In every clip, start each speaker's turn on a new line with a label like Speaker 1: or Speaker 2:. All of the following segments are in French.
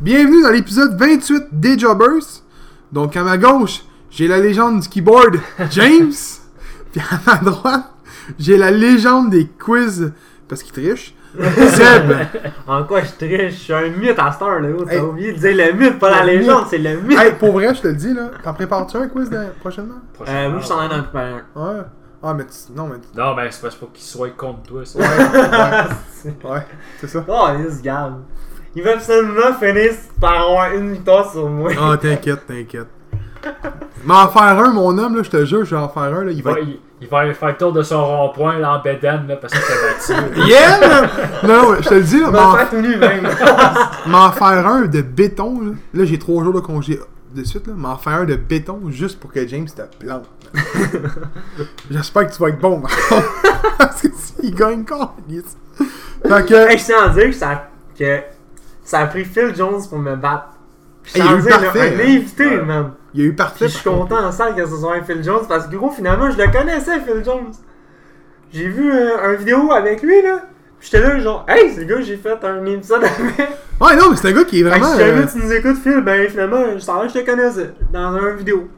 Speaker 1: Bienvenue dans l'épisode 28 des Jobbers. Donc à ma gauche, j'ai la légende du keyboard, James. Puis à ma droite, j'ai la légende des quiz, parce qu'il triche, Seb.
Speaker 2: En quoi je triche? Je suis un mythe à cette heure, là. gros. T'as
Speaker 1: Hey.
Speaker 2: oublié de dire le mythe, pas la
Speaker 1: Le
Speaker 2: légende,
Speaker 1: mythe.
Speaker 2: c'est le mythe.
Speaker 1: Hey, pour vrai, je te le dis, là, t'en prépares-tu un quiz de- prochainement?
Speaker 2: Euh, moi, je suis en train d'en préparer un.
Speaker 1: Ouais. Ah, mais tu... Non, mais tu...
Speaker 3: Non, ben c'est parce qu'il faut qu'il soit contre toi, ça.
Speaker 1: Ouais, ouais, ouais c'est ça.
Speaker 2: Oh, il se garde. Il va absolument finir par avoir une victoire sur moi.
Speaker 1: Ah, t'inquiète, t'inquiète. Mais en faire un, mon homme, là, je te jure, je vais en faire un, là, il
Speaker 3: Il
Speaker 1: va
Speaker 3: va, il, il va aller faire le tour de son rond-point, là, en bédane, là, parce qu'il t'a battu.
Speaker 1: Yeah! là! Non, non, je te le dis, là,
Speaker 2: Je
Speaker 1: mais en-
Speaker 2: m'en fais tout nu, même.
Speaker 1: M'en faire un de béton, là. Là, j'ai trois jours de congé de suite, là. M'en faire un de béton juste pour que James te plante. J'espère que tu vas être bon. par contre. Parce que s'il gagne, con. yes. Fait que.
Speaker 2: Hey, je tiens à dire que ça, que ça a pris Phil Jones pour me battre. Puis Je
Speaker 1: Hey,
Speaker 2: tiens à
Speaker 1: il est
Speaker 2: dire, là,
Speaker 1: parfait,
Speaker 2: un
Speaker 1: hein.
Speaker 2: invité,
Speaker 3: Ouais.
Speaker 2: man.
Speaker 1: Il y a eu
Speaker 2: Puis
Speaker 1: parfait.
Speaker 2: je suis content en salle que ce soit un Phil Jones parce que gros, finalement, je le connaissais, Phil Jones. J'ai vu euh, un vidéo avec lui, là. Puis J'étais là, genre, hey, c'est le gars, que j'ai fait un épisode avec.
Speaker 1: Ouais, non, mais c'est un gars qui est
Speaker 2: Fait que
Speaker 1: vraiment.
Speaker 2: si jamais
Speaker 1: euh,
Speaker 2: tu nous écoutes, Phil, ben finalement, je savais que je te connaissais dans un vidéo.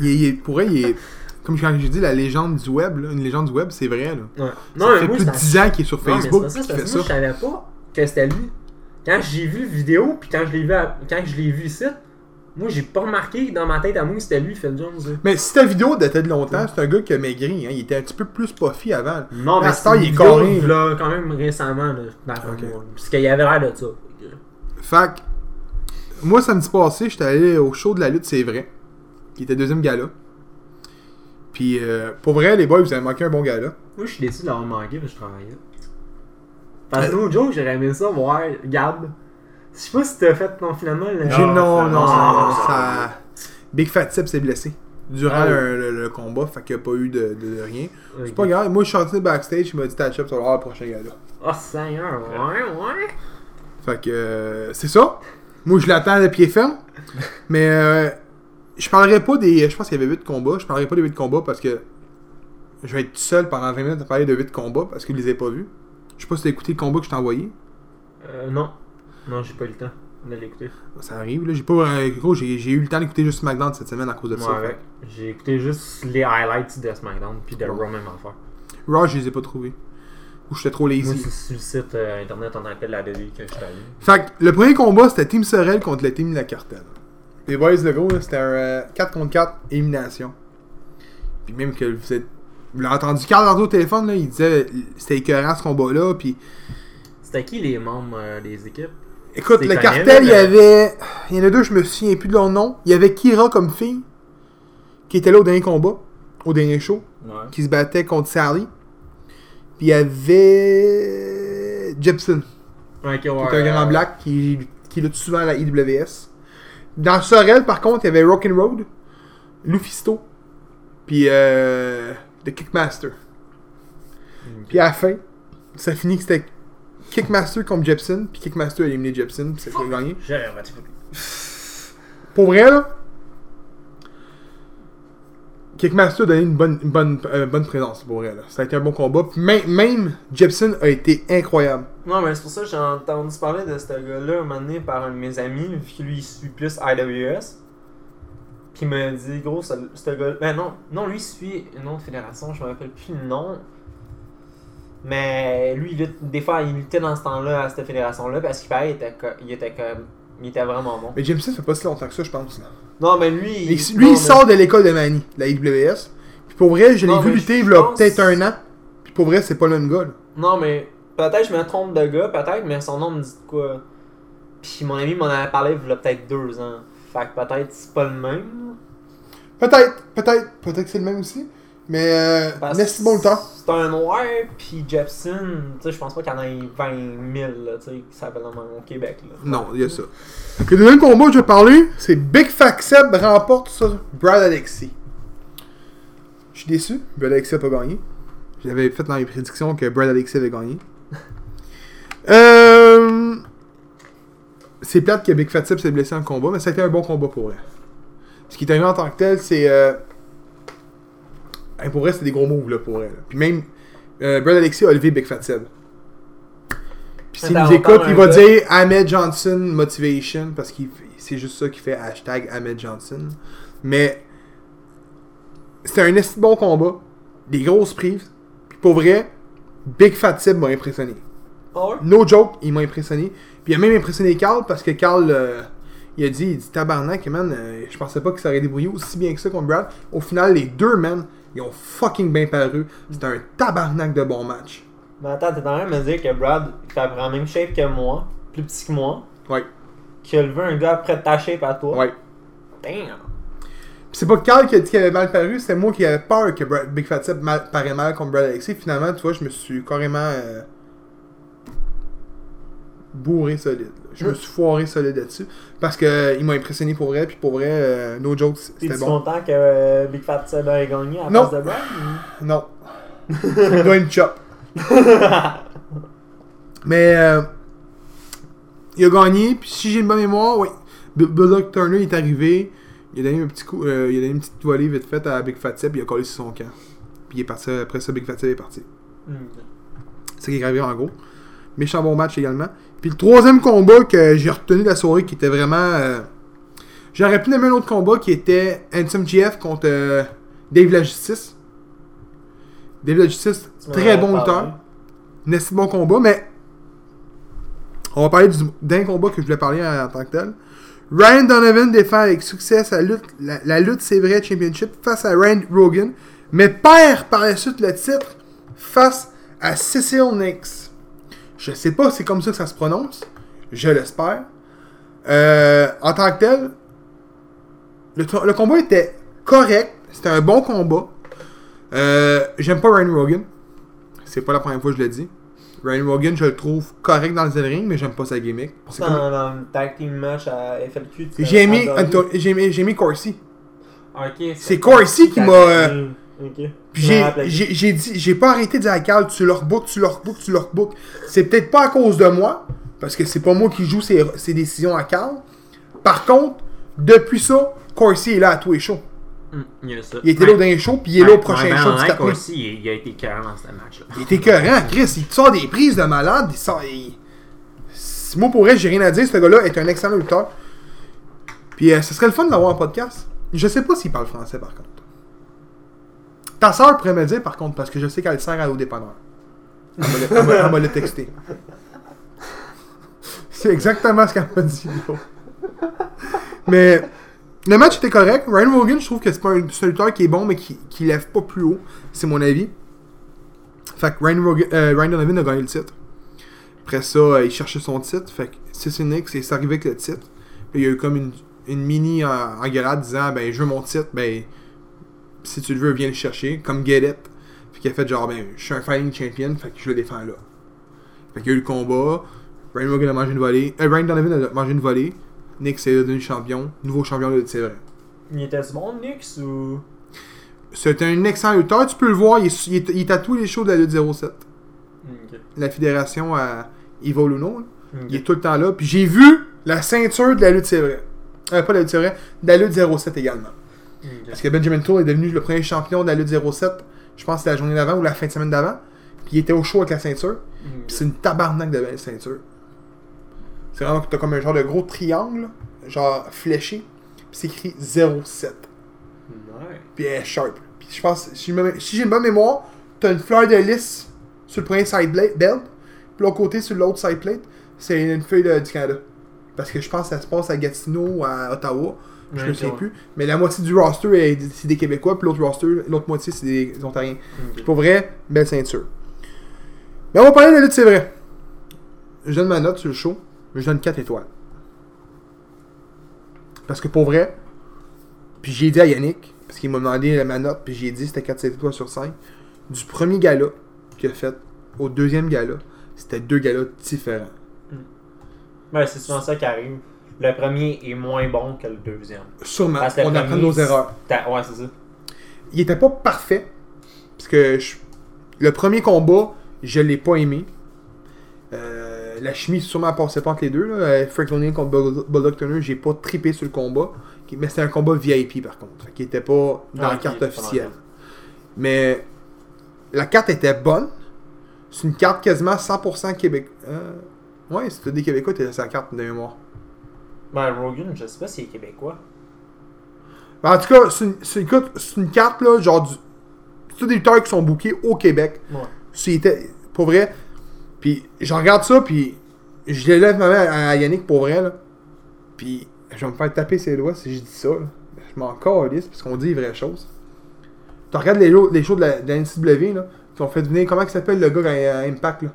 Speaker 1: il est- il est- pour vrai, il est. Comme quand j'ai dit, la légende du web, là. Une légende du web, c'est vrai, là.
Speaker 2: Ouais.
Speaker 1: ça fait plus de 10 ans qu'il est sur Facebook.
Speaker 2: Non, mais c'est pas ça, c'est
Speaker 1: qu'il fait
Speaker 2: parce que moi,
Speaker 1: ça.
Speaker 2: je savais pas que c'était lui. Quand j'ai vu la vidéo, puis quand je l'ai vu, à- quand je l'ai vu ici, moi, j'ai pas remarqué dans ma tête à moi que c'était lui, Phil Jones. là.
Speaker 1: Mais si ta vidéo datait de longtemps, c'est un gars qui a maigri, hein. Il était un petit peu plus puffy avant.
Speaker 2: Non,
Speaker 1: La
Speaker 2: mais
Speaker 1: star,
Speaker 2: c'est une
Speaker 1: il est
Speaker 2: vidéo,
Speaker 1: carré,
Speaker 2: là, quand même récemment, là, dans
Speaker 1: Ok.
Speaker 2: le monde, Parce qu'il avait l'air de ça.
Speaker 1: Fait que, moi, samedi passé, j'étais allé au show de la lutte, c'est vrai, qui était deuxième gala. Puis, euh, pour vrai, les boys, vous avez manqué un bon gala.
Speaker 2: Moi, je suis déçu d'avoir manqué, parce que je travaillais.
Speaker 1: Euh,
Speaker 2: Parce que l'autre jour, j'aurais aimé ça voir Gab. Je sais pas si t'as fait, non, finalement, le...
Speaker 1: J'ai non, non,
Speaker 3: ça-
Speaker 1: non,
Speaker 2: non,
Speaker 1: ça-
Speaker 3: ça-
Speaker 1: ça- Big Fat Sip s'est blessé durant
Speaker 2: Ah oui.
Speaker 1: le, le- le combat, fait qu'il n'y a pas eu de, de- de rien. C'est
Speaker 2: Ah, Ok.
Speaker 1: pas grave. Moi, je suis sorti backstage, il m'a dit Touch up sur le prochain gala.
Speaker 2: Oh Seigneur, ouais, ouais.
Speaker 1: Fait que, euh, c'est ça. Moi, je l'attends de pied ferme. Mais, euh, je parlerai pas des. Je pense qu'il y avait 8 combats. Je parlerai pas des 8 combats parce que je vais être tout seul pendant 20 minutes à parler de 8 combats parce que je les ai pas vus. Je sais pas si t'as écouté le combat que je t'ai envoyé.
Speaker 2: Euh, non. Non, j'ai pas eu le temps de l'écouter.
Speaker 1: Ça arrive, là. J'ai pas. euh, gros, j'ai j'ai eu le temps d'écouter juste SmackDown cette semaine à cause de
Speaker 2: Moi
Speaker 1: ça.
Speaker 2: avec.
Speaker 1: Fait
Speaker 2: J'ai écouté juste les highlights de SmackDown puis de
Speaker 1: Ouais.
Speaker 2: Raw même affaire.
Speaker 1: que Raw, je les ai pas trouvés. Ou j'étais trop
Speaker 2: Moi,
Speaker 1: lazy.
Speaker 2: c'est sur le site euh, internet en appel de la DD que je suis allé.
Speaker 1: Fait que le premier combat, c'était Team Sorel contre le Team La Cartelle. Les boys, le gros, là, c'était un euh, 4 contre 4 élimination. Puis même que vous êtes. Vous l'avez entendu Carl tantôt au téléphone, là, il disait euh, c'était écœurant ce combat-là. Puis
Speaker 2: C'était qui les membres euh, des équipes
Speaker 1: écoute,
Speaker 2: C'est
Speaker 1: le
Speaker 2: quand
Speaker 1: cartel,
Speaker 2: même,
Speaker 1: il y
Speaker 2: euh,
Speaker 1: avait. Il y en a deux, je me souviens plus de leur nom. Il y avait Kira comme fille, qui était là au dernier combat, au dernier show,
Speaker 3: Ouais.
Speaker 1: qui se battait contre Sally. Puis il y avait. Jepson.
Speaker 2: Ok, euh,
Speaker 1: qui est un grand black qui, qui lutte souvent à la IWS. Dans Sorel, par contre, il y avait Rock'n'Road, Lufisto, puis euh, The Kickmaster. Puis à la fin, ça finit que c'était Kickmaster contre Jepson, puis Kickmaster a éliminé Jepson, puis c'est ça qui a gagné.
Speaker 2: J'aurais battu.
Speaker 1: Pour vrai, là, Kickmaster a donné une bonne, une bonne, euh, bonne présence, pour vrai. Là. Ça a été un bon combat. Puis Même, même Jepson a été incroyable.
Speaker 2: Non, mais c'est pour ça que j'ai entendu parler de ce gars-là un moment donné par un de mes amis, vu que lui, il suit plus IWS. Puis il m'a dit, gros, ce, ce gars-là. Ben non, non, lui, il suit une autre fédération, je me rappelle plus le nom. Mais lui, il lutte- des fois, il luttait dans ce temps-là à cette fédération-là parce qu'il paraît, il était, co- il était comme. Il était vraiment bon.
Speaker 1: Mais Jepson, ça fait pas si longtemps que ça, je pense. là.
Speaker 2: Non, mais lui.
Speaker 1: Et si- lui,
Speaker 2: non,
Speaker 1: il sort de l'école de Manny, de la IWS. Puis pour vrai, je l'ai
Speaker 2: Non,
Speaker 1: vu
Speaker 2: mais
Speaker 1: lutter
Speaker 2: je
Speaker 1: il y a
Speaker 2: pense-
Speaker 1: peut-être un an. Puis pour vrai, c'est pas le même gars. là.
Speaker 2: mais- Non, mais. Peut-être je me trompe de gars, peut-être, mais son nom me dit de quoi. Puis mon ami m'en avait parlé il y a peut-être deux ans. Fait que peut-être c'est pas le même. là.
Speaker 1: Peut-être, peut-être, peut-être que c'est le même aussi. Mais euh,
Speaker 2: Parce
Speaker 1: merci bon le temps.
Speaker 2: C'est un noir, puis Jepson, tu sais, je pense pas qu'il y en ait 20 000, là, tu sais, qui s'appellent au Québec, là.
Speaker 1: Non, il y a ça. Donc, le deuxième combat que je vais parler, c'est Big Fat Seb remporte sur Brad Alexi. Je suis déçu, Brad Alexi a pas gagné. J'avais fait dans mes prédictions que Brad Alexi avait gagné. euh... C'est plate que Big Fat Seb s'est blessé en combat, mais ça a été un bon combat pour elle. Ce qui est arrivé en tant que tel, c'est. euh, hey, pour elle, c'était des gros moves là, pour elle. Puis même, euh, Brad Alexi a levé Big Fat Seb. Puis Puis s'il
Speaker 2: Attends,
Speaker 1: nous
Speaker 2: on
Speaker 1: écoute,
Speaker 2: parle
Speaker 1: il
Speaker 2: un
Speaker 1: va
Speaker 2: gars.
Speaker 1: dire Ahmed Johnson Motivation parce que c'est juste ça qui fait hashtag Ahmed Johnson. Mais c'était un esti de bon combat, des grosses prises. Puis pour vrai, Big Fat Sib m'a impressionné.
Speaker 2: Ah ouais?
Speaker 1: No joke, il m'a impressionné. Puis il a même impressionné Carl parce que Carl, euh, il a dit, il dit tabarnak, man, euh, je pensais pas qu'il s'aurait débrouillé aussi bien que ça contre Brad. Au final, les deux men, ils ont fucking bien paru. C'était un tabarnak de bon match.
Speaker 2: Mais attends, t'es en train de me dire que Brad tape la même shape que moi, plus petit que moi,
Speaker 1: Ouais,
Speaker 2: qu'il a levé un gars après ta shape à toi.
Speaker 1: ouais.
Speaker 2: Damn!
Speaker 1: Puis c'est pas Carl qui a dit qu'il avait mal paru, c'était moi qui avais peur que Brad- Big Fat Sip mal, paraît mal contre Brad Alexis. Finalement, tu vois, je me suis carrément euh, bourré solide. là. Je me
Speaker 2: Mm.
Speaker 1: suis foiré solide là-dessus. Parce que euh, il m'a impressionné pour vrai, puis pour vrai, euh, no joke,
Speaker 2: T'es-tu
Speaker 1: c'était bon.
Speaker 2: content que euh, Big Fat Seb ait gagné à
Speaker 1: Non.
Speaker 2: place de Brad? ou-
Speaker 1: Non. Il doit une chop. Mais euh, il a gagné, puis si j'ai une bonne mémoire, oui. B- Bullock Turner est arrivé, il a donné un petit coup, euh, il a donné une petite volée vite faite à Big Fat Sip, il a collé sur son camp. Puis il est parti, après ça, Big Fat Sip est parti.
Speaker 2: Hmm.
Speaker 1: C'est ce qui est arrivé en gros. Méchant bon match également. Puis le troisième combat que j'ai retenu de la soirée qui était vraiment. euh, J'aurais pu nommer un autre combat qui était Handsome GF contre euh, Dave la Justice. Dave la Justice,
Speaker 2: Tu m'en
Speaker 1: très
Speaker 2: avais
Speaker 1: bon
Speaker 2: parlé.
Speaker 1: lutteur. N'est-ce bon combat, mais. On va parler du- d'un combat que je voulais parler en, en tant que tel. Ryan Donovan défend avec succès sa lutte, la, la lutte c'est vrai championship face à Rand Rogan, mais perd par la suite le titre face à Cecil Nix. Je sais pas si c'est comme ça que ça se prononce, je l'espère. Euh, en tant que tel, le, to- le combat était correct, c'était un bon combat. Euh, J'aime pas Ryan Rogan, c'est pas la première fois que je le dis. Ryan Rogan, je le trouve correct dans le ring, mais j'aime pas sa gimmick. C'est comme-
Speaker 2: Dans, dans le tag team match à FLQ, tu
Speaker 1: j'ai
Speaker 2: l'as
Speaker 1: aimé,
Speaker 2: adoré.
Speaker 1: Anto- j'ai aimé, j'ai aimé Corsi.
Speaker 2: Ah, ok,
Speaker 1: C'est Corsi qui m'a. euh,
Speaker 2: Hmm, Ok.
Speaker 1: puis
Speaker 2: Je me
Speaker 1: j'ai-
Speaker 2: rappelle.
Speaker 1: j'ai j'ai dit, j'ai pas arrêté de dire à Carl, tu leur book, tu leur book, tu leur book. C'est peut-être pas à cause de moi, parce que c'est pas moi qui joue ces, ces décisions à Carl. Par contre, depuis ça, Corsi est là à tous les shows.
Speaker 2: Hmm,
Speaker 4: Hum, Il y a ça.
Speaker 1: Il était là au dernier show, puis il est là au prochain
Speaker 2: ben
Speaker 1: show du 4 mai.
Speaker 4: Ben, aussi, il, il a été carré dans ce match-là.
Speaker 1: Il est écœurant, Chris. Il te sort des prises de malade. Il sort. il- Si Moi, pour vrai, j'ai rien à dire. Ce gars-là est un excellent lutteur. Puis, euh, ce serait le fun d'avoir un podcast. Je sais pas s'il parle français, par contre. Ta soeur pourrait me le dire, par contre, parce que je sais qu'elle sert à au dépanneur. Elle m'a le- elle m'a- elle m'a le texté. C'est exactement ce qu'elle m'a dit, gros. Mais le match était correct. Ryan Morgan, je trouve que c'est pas un c'est un lutteur qui est bon, mais qui, qui lève pas plus haut. C'est mon avis. Fait que Ryan, Rogan- euh, Ryan Donovan a gagné le titre. Après ça, euh, il cherchait son titre. Fait que Sissy Nix est arrivé avec le titre. Puis il y a eu comme une, une mini euh, engueulade disant Ben, je veux mon titre. Ben, si tu le veux, viens le chercher. Comme Get It. Fait qu'il a fait genre Ben, je suis un fighting champion. Fait que je le défends là. Fait qu'il y a eu le combat. Ryan Rogan a mangé une volée. Euh, Ryan Donovan a mangé une volée. Nix est devenu champion. Nouveau champion de c'est vrai.
Speaker 2: Il était-tu bon, Nix, ou.
Speaker 1: C'est un excellent lutteur. Tu peux le voir. Il est, il est- il est à tous les shows de la E lutte 07.
Speaker 2: Ok.
Speaker 1: la fédération à Ivo Luno. là.
Speaker 2: Ok.
Speaker 1: Il est tout le temps là. Puis j'ai vu la ceinture de la lutte, c'est vrai. Euh, pas de la lutte, c'est vrai. De la lutte 07 également.
Speaker 2: Ok.
Speaker 1: Parce que Benjamin Tour est devenu le premier champion de la lutte 07, je pense, la journée d'avant ou la fin de semaine d'avant. Puis il était au show avec la ceinture. Puis c'est une tabarnak de belle ceinture. C'est vraiment que t'as comme un genre de gros triangle, genre fléché. Puis c'est écrit 07.
Speaker 2: Nice.
Speaker 1: Puis elle est sharp. Puis je pense, si, je me- si j'ai une bonne mémoire, t'as une fleur de lys sur le premier side plate, belt. Puis l'autre côté, sur l'autre side plate, c'est une feuille de- du Canada. Parce que je pense que ça se passe à Gatineau ou à Ottawa. Je
Speaker 2: Ouais,
Speaker 1: me
Speaker 2: ok,
Speaker 1: souviens
Speaker 2: ouais.
Speaker 1: plus. Mais la moitié du roster, est- c'est des Québécois. Puis l'autre roster, l'autre moitié, c'est des Ontariens. Puis pour vrai, belle ceinture. Mais on va parler de la lutte, c'est vrai. Je donne ma note sur le show. Je donne 4 étoiles. Parce que pour vrai, puis j'ai dit à Yannick, parce qu'il m'a demandé ma note, puis j'ai dit c'était 4 étoiles sur 5. Du premier gala qu'il a fait au deuxième gala, c'était deux galas différents.
Speaker 2: Ouais, c'est souvent ça qui arrive. Le premier est moins bon que le deuxième.
Speaker 1: Sûrement,
Speaker 2: Parce que Ah, le
Speaker 1: on apprend
Speaker 2: premier,
Speaker 1: nos erreurs.
Speaker 2: T'as- Ouais, c'est ça.
Speaker 1: il était pas parfait. Parce que je- le premier combat, je l'ai pas aimé. Euh, la chimie sûrement passait pas entre les deux. Là. Euh, Frank O'Neill contre Bull- Bulldog Turner, j'ai pas trippé sur le combat. Qui- Mais c'était un combat VIP par contre. Qui était pas dans
Speaker 2: Ah,
Speaker 1: la
Speaker 2: ok,
Speaker 1: carte
Speaker 2: c'est pas
Speaker 1: officielle.
Speaker 2: dans
Speaker 1: Mais la carte était bonne. C'est une carte quasiment 100% Québec. euh, Ouais, si t'as des Québécois, t'as sa carte de mémoire.
Speaker 2: Ben, Rogan, je sais pas s'il est québécois.
Speaker 1: Ben, en tout cas, c'est une, c'est- écoute, c'est une carte, là, genre du. C'est tous des lutteurs qui sont bookés au Québec.
Speaker 2: Ouais.
Speaker 1: C'était. Pour vrai. Puis, je regarde ça, puis. Je l'élève ma main à, à Yannick pour vrai, là. Puis, je vais me faire taper ses doigts si je dis ça, là. Je m'en calisse, parce qu'on dit les vraies choses. Tu regardes les, lo- les shows de la, de la NCW, là. Qui ont fait venir. Comment il s'appelle le gars à, à Impact, là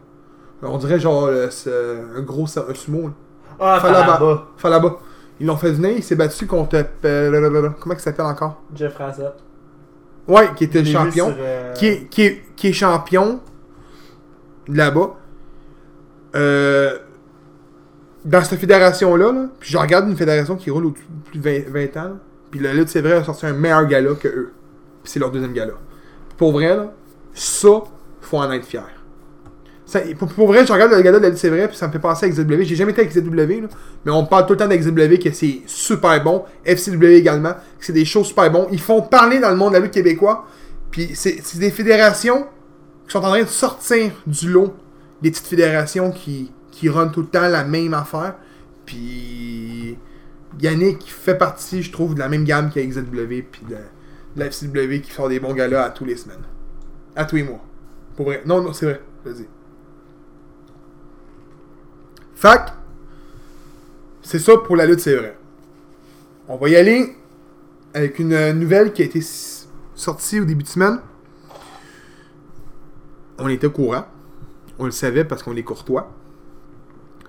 Speaker 1: On dirait genre le- ce- un gros sa- un sumo, là.
Speaker 2: Ah,
Speaker 1: Falaba.
Speaker 2: Falaba.
Speaker 1: Falaba. Ils l'ont fait venir, il s'est battu contre. euh, Comment il s'appelle encore
Speaker 2: Jeff Razette.
Speaker 1: Ouais, qui était le
Speaker 2: J'ai vu
Speaker 1: champion.
Speaker 2: sur, euh,
Speaker 1: Qui est, qui, est, qui est champion de là-bas. Euh, dans cette fédération-là, là, puis je regarde une fédération qui roule au-dessus de plus de 20, 20 ans. là, Puis la lutte, c'est vrai, a sorti un meilleur gala que eux. Puis c'est leur deuxième gala. Puis pour vrai, là, ça, faut en être fier. Ça- pour, pour vrai, je regarde le gala de la lutte, c'est vrai, puis ça me fait penser à XW. J'ai jamais été à XW, là, mais on parle tout le temps d'XW que c'est super bon. FCW également, que c'est des choses super bons. Ils font parler dans le monde de la lutte québécois. Puis c'est c'est des fédérations qui sont en train de sortir du lot des petites fédérations qui, qui run tout le temps la même affaire. Puis Yannick fait partie, je trouve, de la même gamme que XW puis de, de la FCW qui font des bons galas à tous les semaines. À tous les mois. Pour vrai. Non, non, c'est vrai. Vas-y. Fac. C'est ça pour la lutte, c'est vrai. On va y aller avec une euh, nouvelle qui a été s- sortie au début de semaine. On était au courant. On le savait parce qu'on est courtois.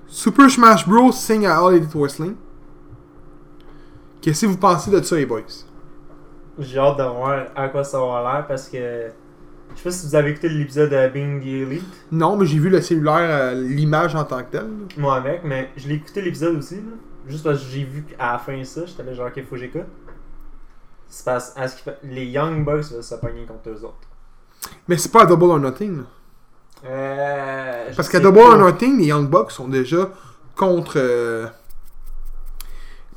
Speaker 1: Super Smash Bros. signe à All Elite Wrestling. Qu'est-ce que vous pensez de ça, les boys?
Speaker 2: J'ai hâte de voir à quoi ça va l'air parce que. Je sais pas si vous avez écouté l'épisode de Being the Elite,
Speaker 1: Non, mais j'ai vu le cellulaire, euh, l'image en tant que telle. là.
Speaker 2: moi avec, mais je l'ai écouté l'épisode aussi, là. Juste parce que j'ai vu à la fin ça, j'étais là genre, ok, faut que j'écoute. C'est parce à ce qu'il fait- les Young Bucks vont se pogner contre eux autres.
Speaker 1: Mais c'est pas à Double or Nothing. là.
Speaker 2: Euh, je
Speaker 1: Parce
Speaker 2: sais
Speaker 1: qu'à Double
Speaker 2: pas.
Speaker 1: or Nothing, les Young Bucks sont déjà contre euh,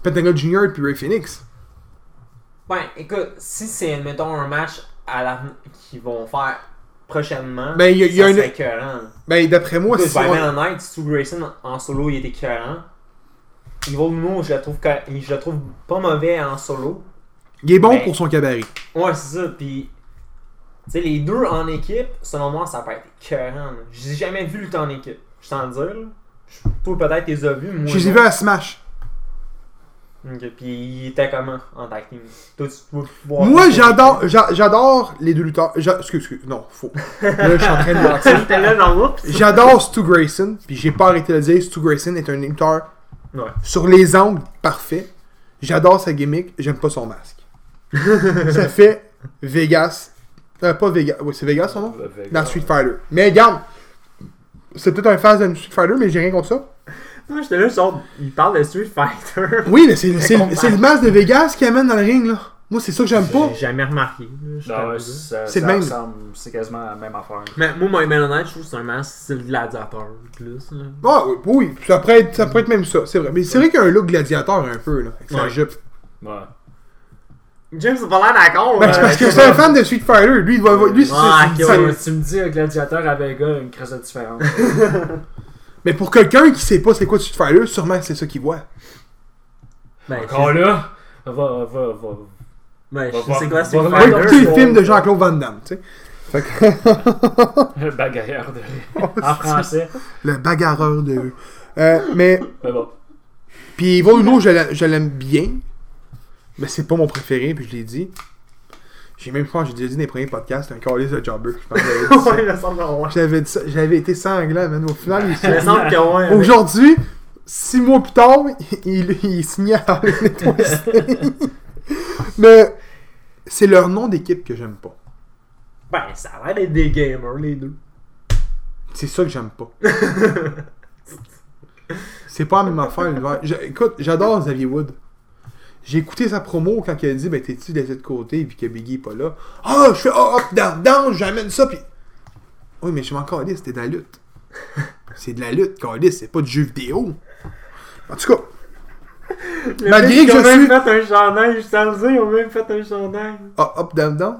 Speaker 1: Pentagon Jr. et puis Ray Phoenix.
Speaker 2: Ben, écoute, si c'est, mettons, un match à la... qu'ils vont faire prochainement,
Speaker 1: Ben, il y a- il y a
Speaker 2: ça
Speaker 1: un-
Speaker 2: serait écœurant.
Speaker 1: Ben, d'après moi,
Speaker 2: Écoute,
Speaker 1: si on-
Speaker 2: Violent Night, Stu Grayson en solo, il était écœurant. Evil Moon, je le trouve, ca- je le trouve pas mauvais en solo.
Speaker 1: il est bon
Speaker 2: Ben-
Speaker 1: pour son cabaret.
Speaker 2: Ouais, c'est ça, puis... Tu sais, les deux en équipe, selon moi, ça peut être écœurant. là. J'ai jamais vu le temps en équipe, je t'en dire. là. Je- Toi, peut-être, les as vus, moi.
Speaker 1: Je les ai
Speaker 2: non.
Speaker 1: vus à Smash.
Speaker 2: Ok, puis il était comment en tag team? Toi, tu peux voir...
Speaker 1: Moi, j'adore, j'a- j'adore les deux lutteurs. J'a- Excuse, excuse, non, faux. Là, je suis en train de mentir.
Speaker 4: J'étais là dans l'oups.
Speaker 1: J'adore Stu Grayson, puis j'ai pas arrêté de le dire, Stu Grayson est un lutteur
Speaker 2: Ouais.
Speaker 1: sur les angles parfait. J'adore sa gimmick, j'aime pas son masque. Ça fait Vegas. Euh, pas Vegas, oui, c'est Vegas son nom? Dans Street Fighter. Mais regarde, c'est peut-être un fan de Street Fighter, mais j'ai rien contre ça.
Speaker 4: Moi, j'étais là, genre, il parle de Street Fighter.
Speaker 1: Oui, mais c'est c'est- c'est le masque de Vegas qui amène dans le ring, là. Moi, c'est ça que j'aime pas.
Speaker 4: J'ai jamais remarqué. là, je
Speaker 3: Non,
Speaker 4: t'avoue.
Speaker 3: ça,
Speaker 1: C'est
Speaker 3: ça
Speaker 1: le même.
Speaker 3: ressemble- c'est quasiment la même affaire.
Speaker 4: Mais moi, mon
Speaker 2: Ben
Speaker 4: Man Night, je trouve que c'est un masque style gladiateur. Plus, là.
Speaker 1: Ah oui, oui, ça pourrait être, ça pourrait être même ça, c'est vrai. Mais c'est vrai qu'il y a un look gladiateur un peu, là, avec sa
Speaker 4: Ouais.
Speaker 1: jupe.
Speaker 3: Ouais.
Speaker 4: James, c'est pas l'air d'accord.
Speaker 1: Ben, c'est parce que c'est un fan de Street Fighter, lui, il va... Lui, c'est-
Speaker 4: Ah,
Speaker 1: c'est-
Speaker 4: ok,
Speaker 1: ça-
Speaker 4: ouais.
Speaker 3: Tu me dis un gladiateur à Vega, une crise de différence.
Speaker 1: Mais pour quelqu'un qui sait pas c'est quoi Street Fighter, sûrement c'est ça qu'il voit.
Speaker 4: Ben,
Speaker 3: Encore là, va, va, va.
Speaker 4: Ben,
Speaker 3: Va
Speaker 4: je
Speaker 3: voir-
Speaker 4: sais quoi,
Speaker 3: va
Speaker 4: Street
Speaker 1: Va
Speaker 3: voir-
Speaker 4: Fighter.
Speaker 1: écouter le
Speaker 3: ouais,
Speaker 1: film de
Speaker 3: ouais.
Speaker 1: Jean-Claude Van Damme, tu sais. Fait que-
Speaker 3: va. Bagailleur de
Speaker 4: Ah,
Speaker 3: En français.
Speaker 1: le bagarreur de... Euh, mais...
Speaker 3: Mais bon.
Speaker 1: Puis Evil Uno, je l'a- je l'aime bien. Mais c'est pas mon préféré, puis je l'ai dit. J'ai même pas, j'ai déjà dit dans les premiers podcasts, c'est un calice de jobber. Je pense que j'avais dit ça.
Speaker 4: Ouais, il me semble ouais.
Speaker 1: J'avais dit ça- J'avais été sanglant, man. Au final, il
Speaker 4: Il me semble que ouais. mais-
Speaker 1: Aujourd'hui, six mois plus tard, il, il, il signait à Elite Wrestling. Mais c'est leur nom d'équipe que j'aime pas.
Speaker 4: Ben, ça a l'air d'être des gamers, les deux.
Speaker 1: C'est ça que j'aime pas. c'est pas la même affaire. l'univers. Je- écoute, j'adore Xavier Wood. J'ai écouté sa promo quand il a dit Ben, t'es-tu laissé de côté puis que Biggie est pas là. Ah, je fais ah, hop, down, down, j'amène ça puis. Oui, mais je m'en calisse, c'était de la lutte. c'est de la lutte, calisse, c'est pas du jeu vidéo. En tout cas, Malgré
Speaker 4: Les mecs,
Speaker 1: que
Speaker 4: ils ont
Speaker 1: je
Speaker 4: même
Speaker 1: suis-
Speaker 4: fait un chandail, je t'en dis, ils ont même fait un chandail.
Speaker 1: ah, hop, down, down.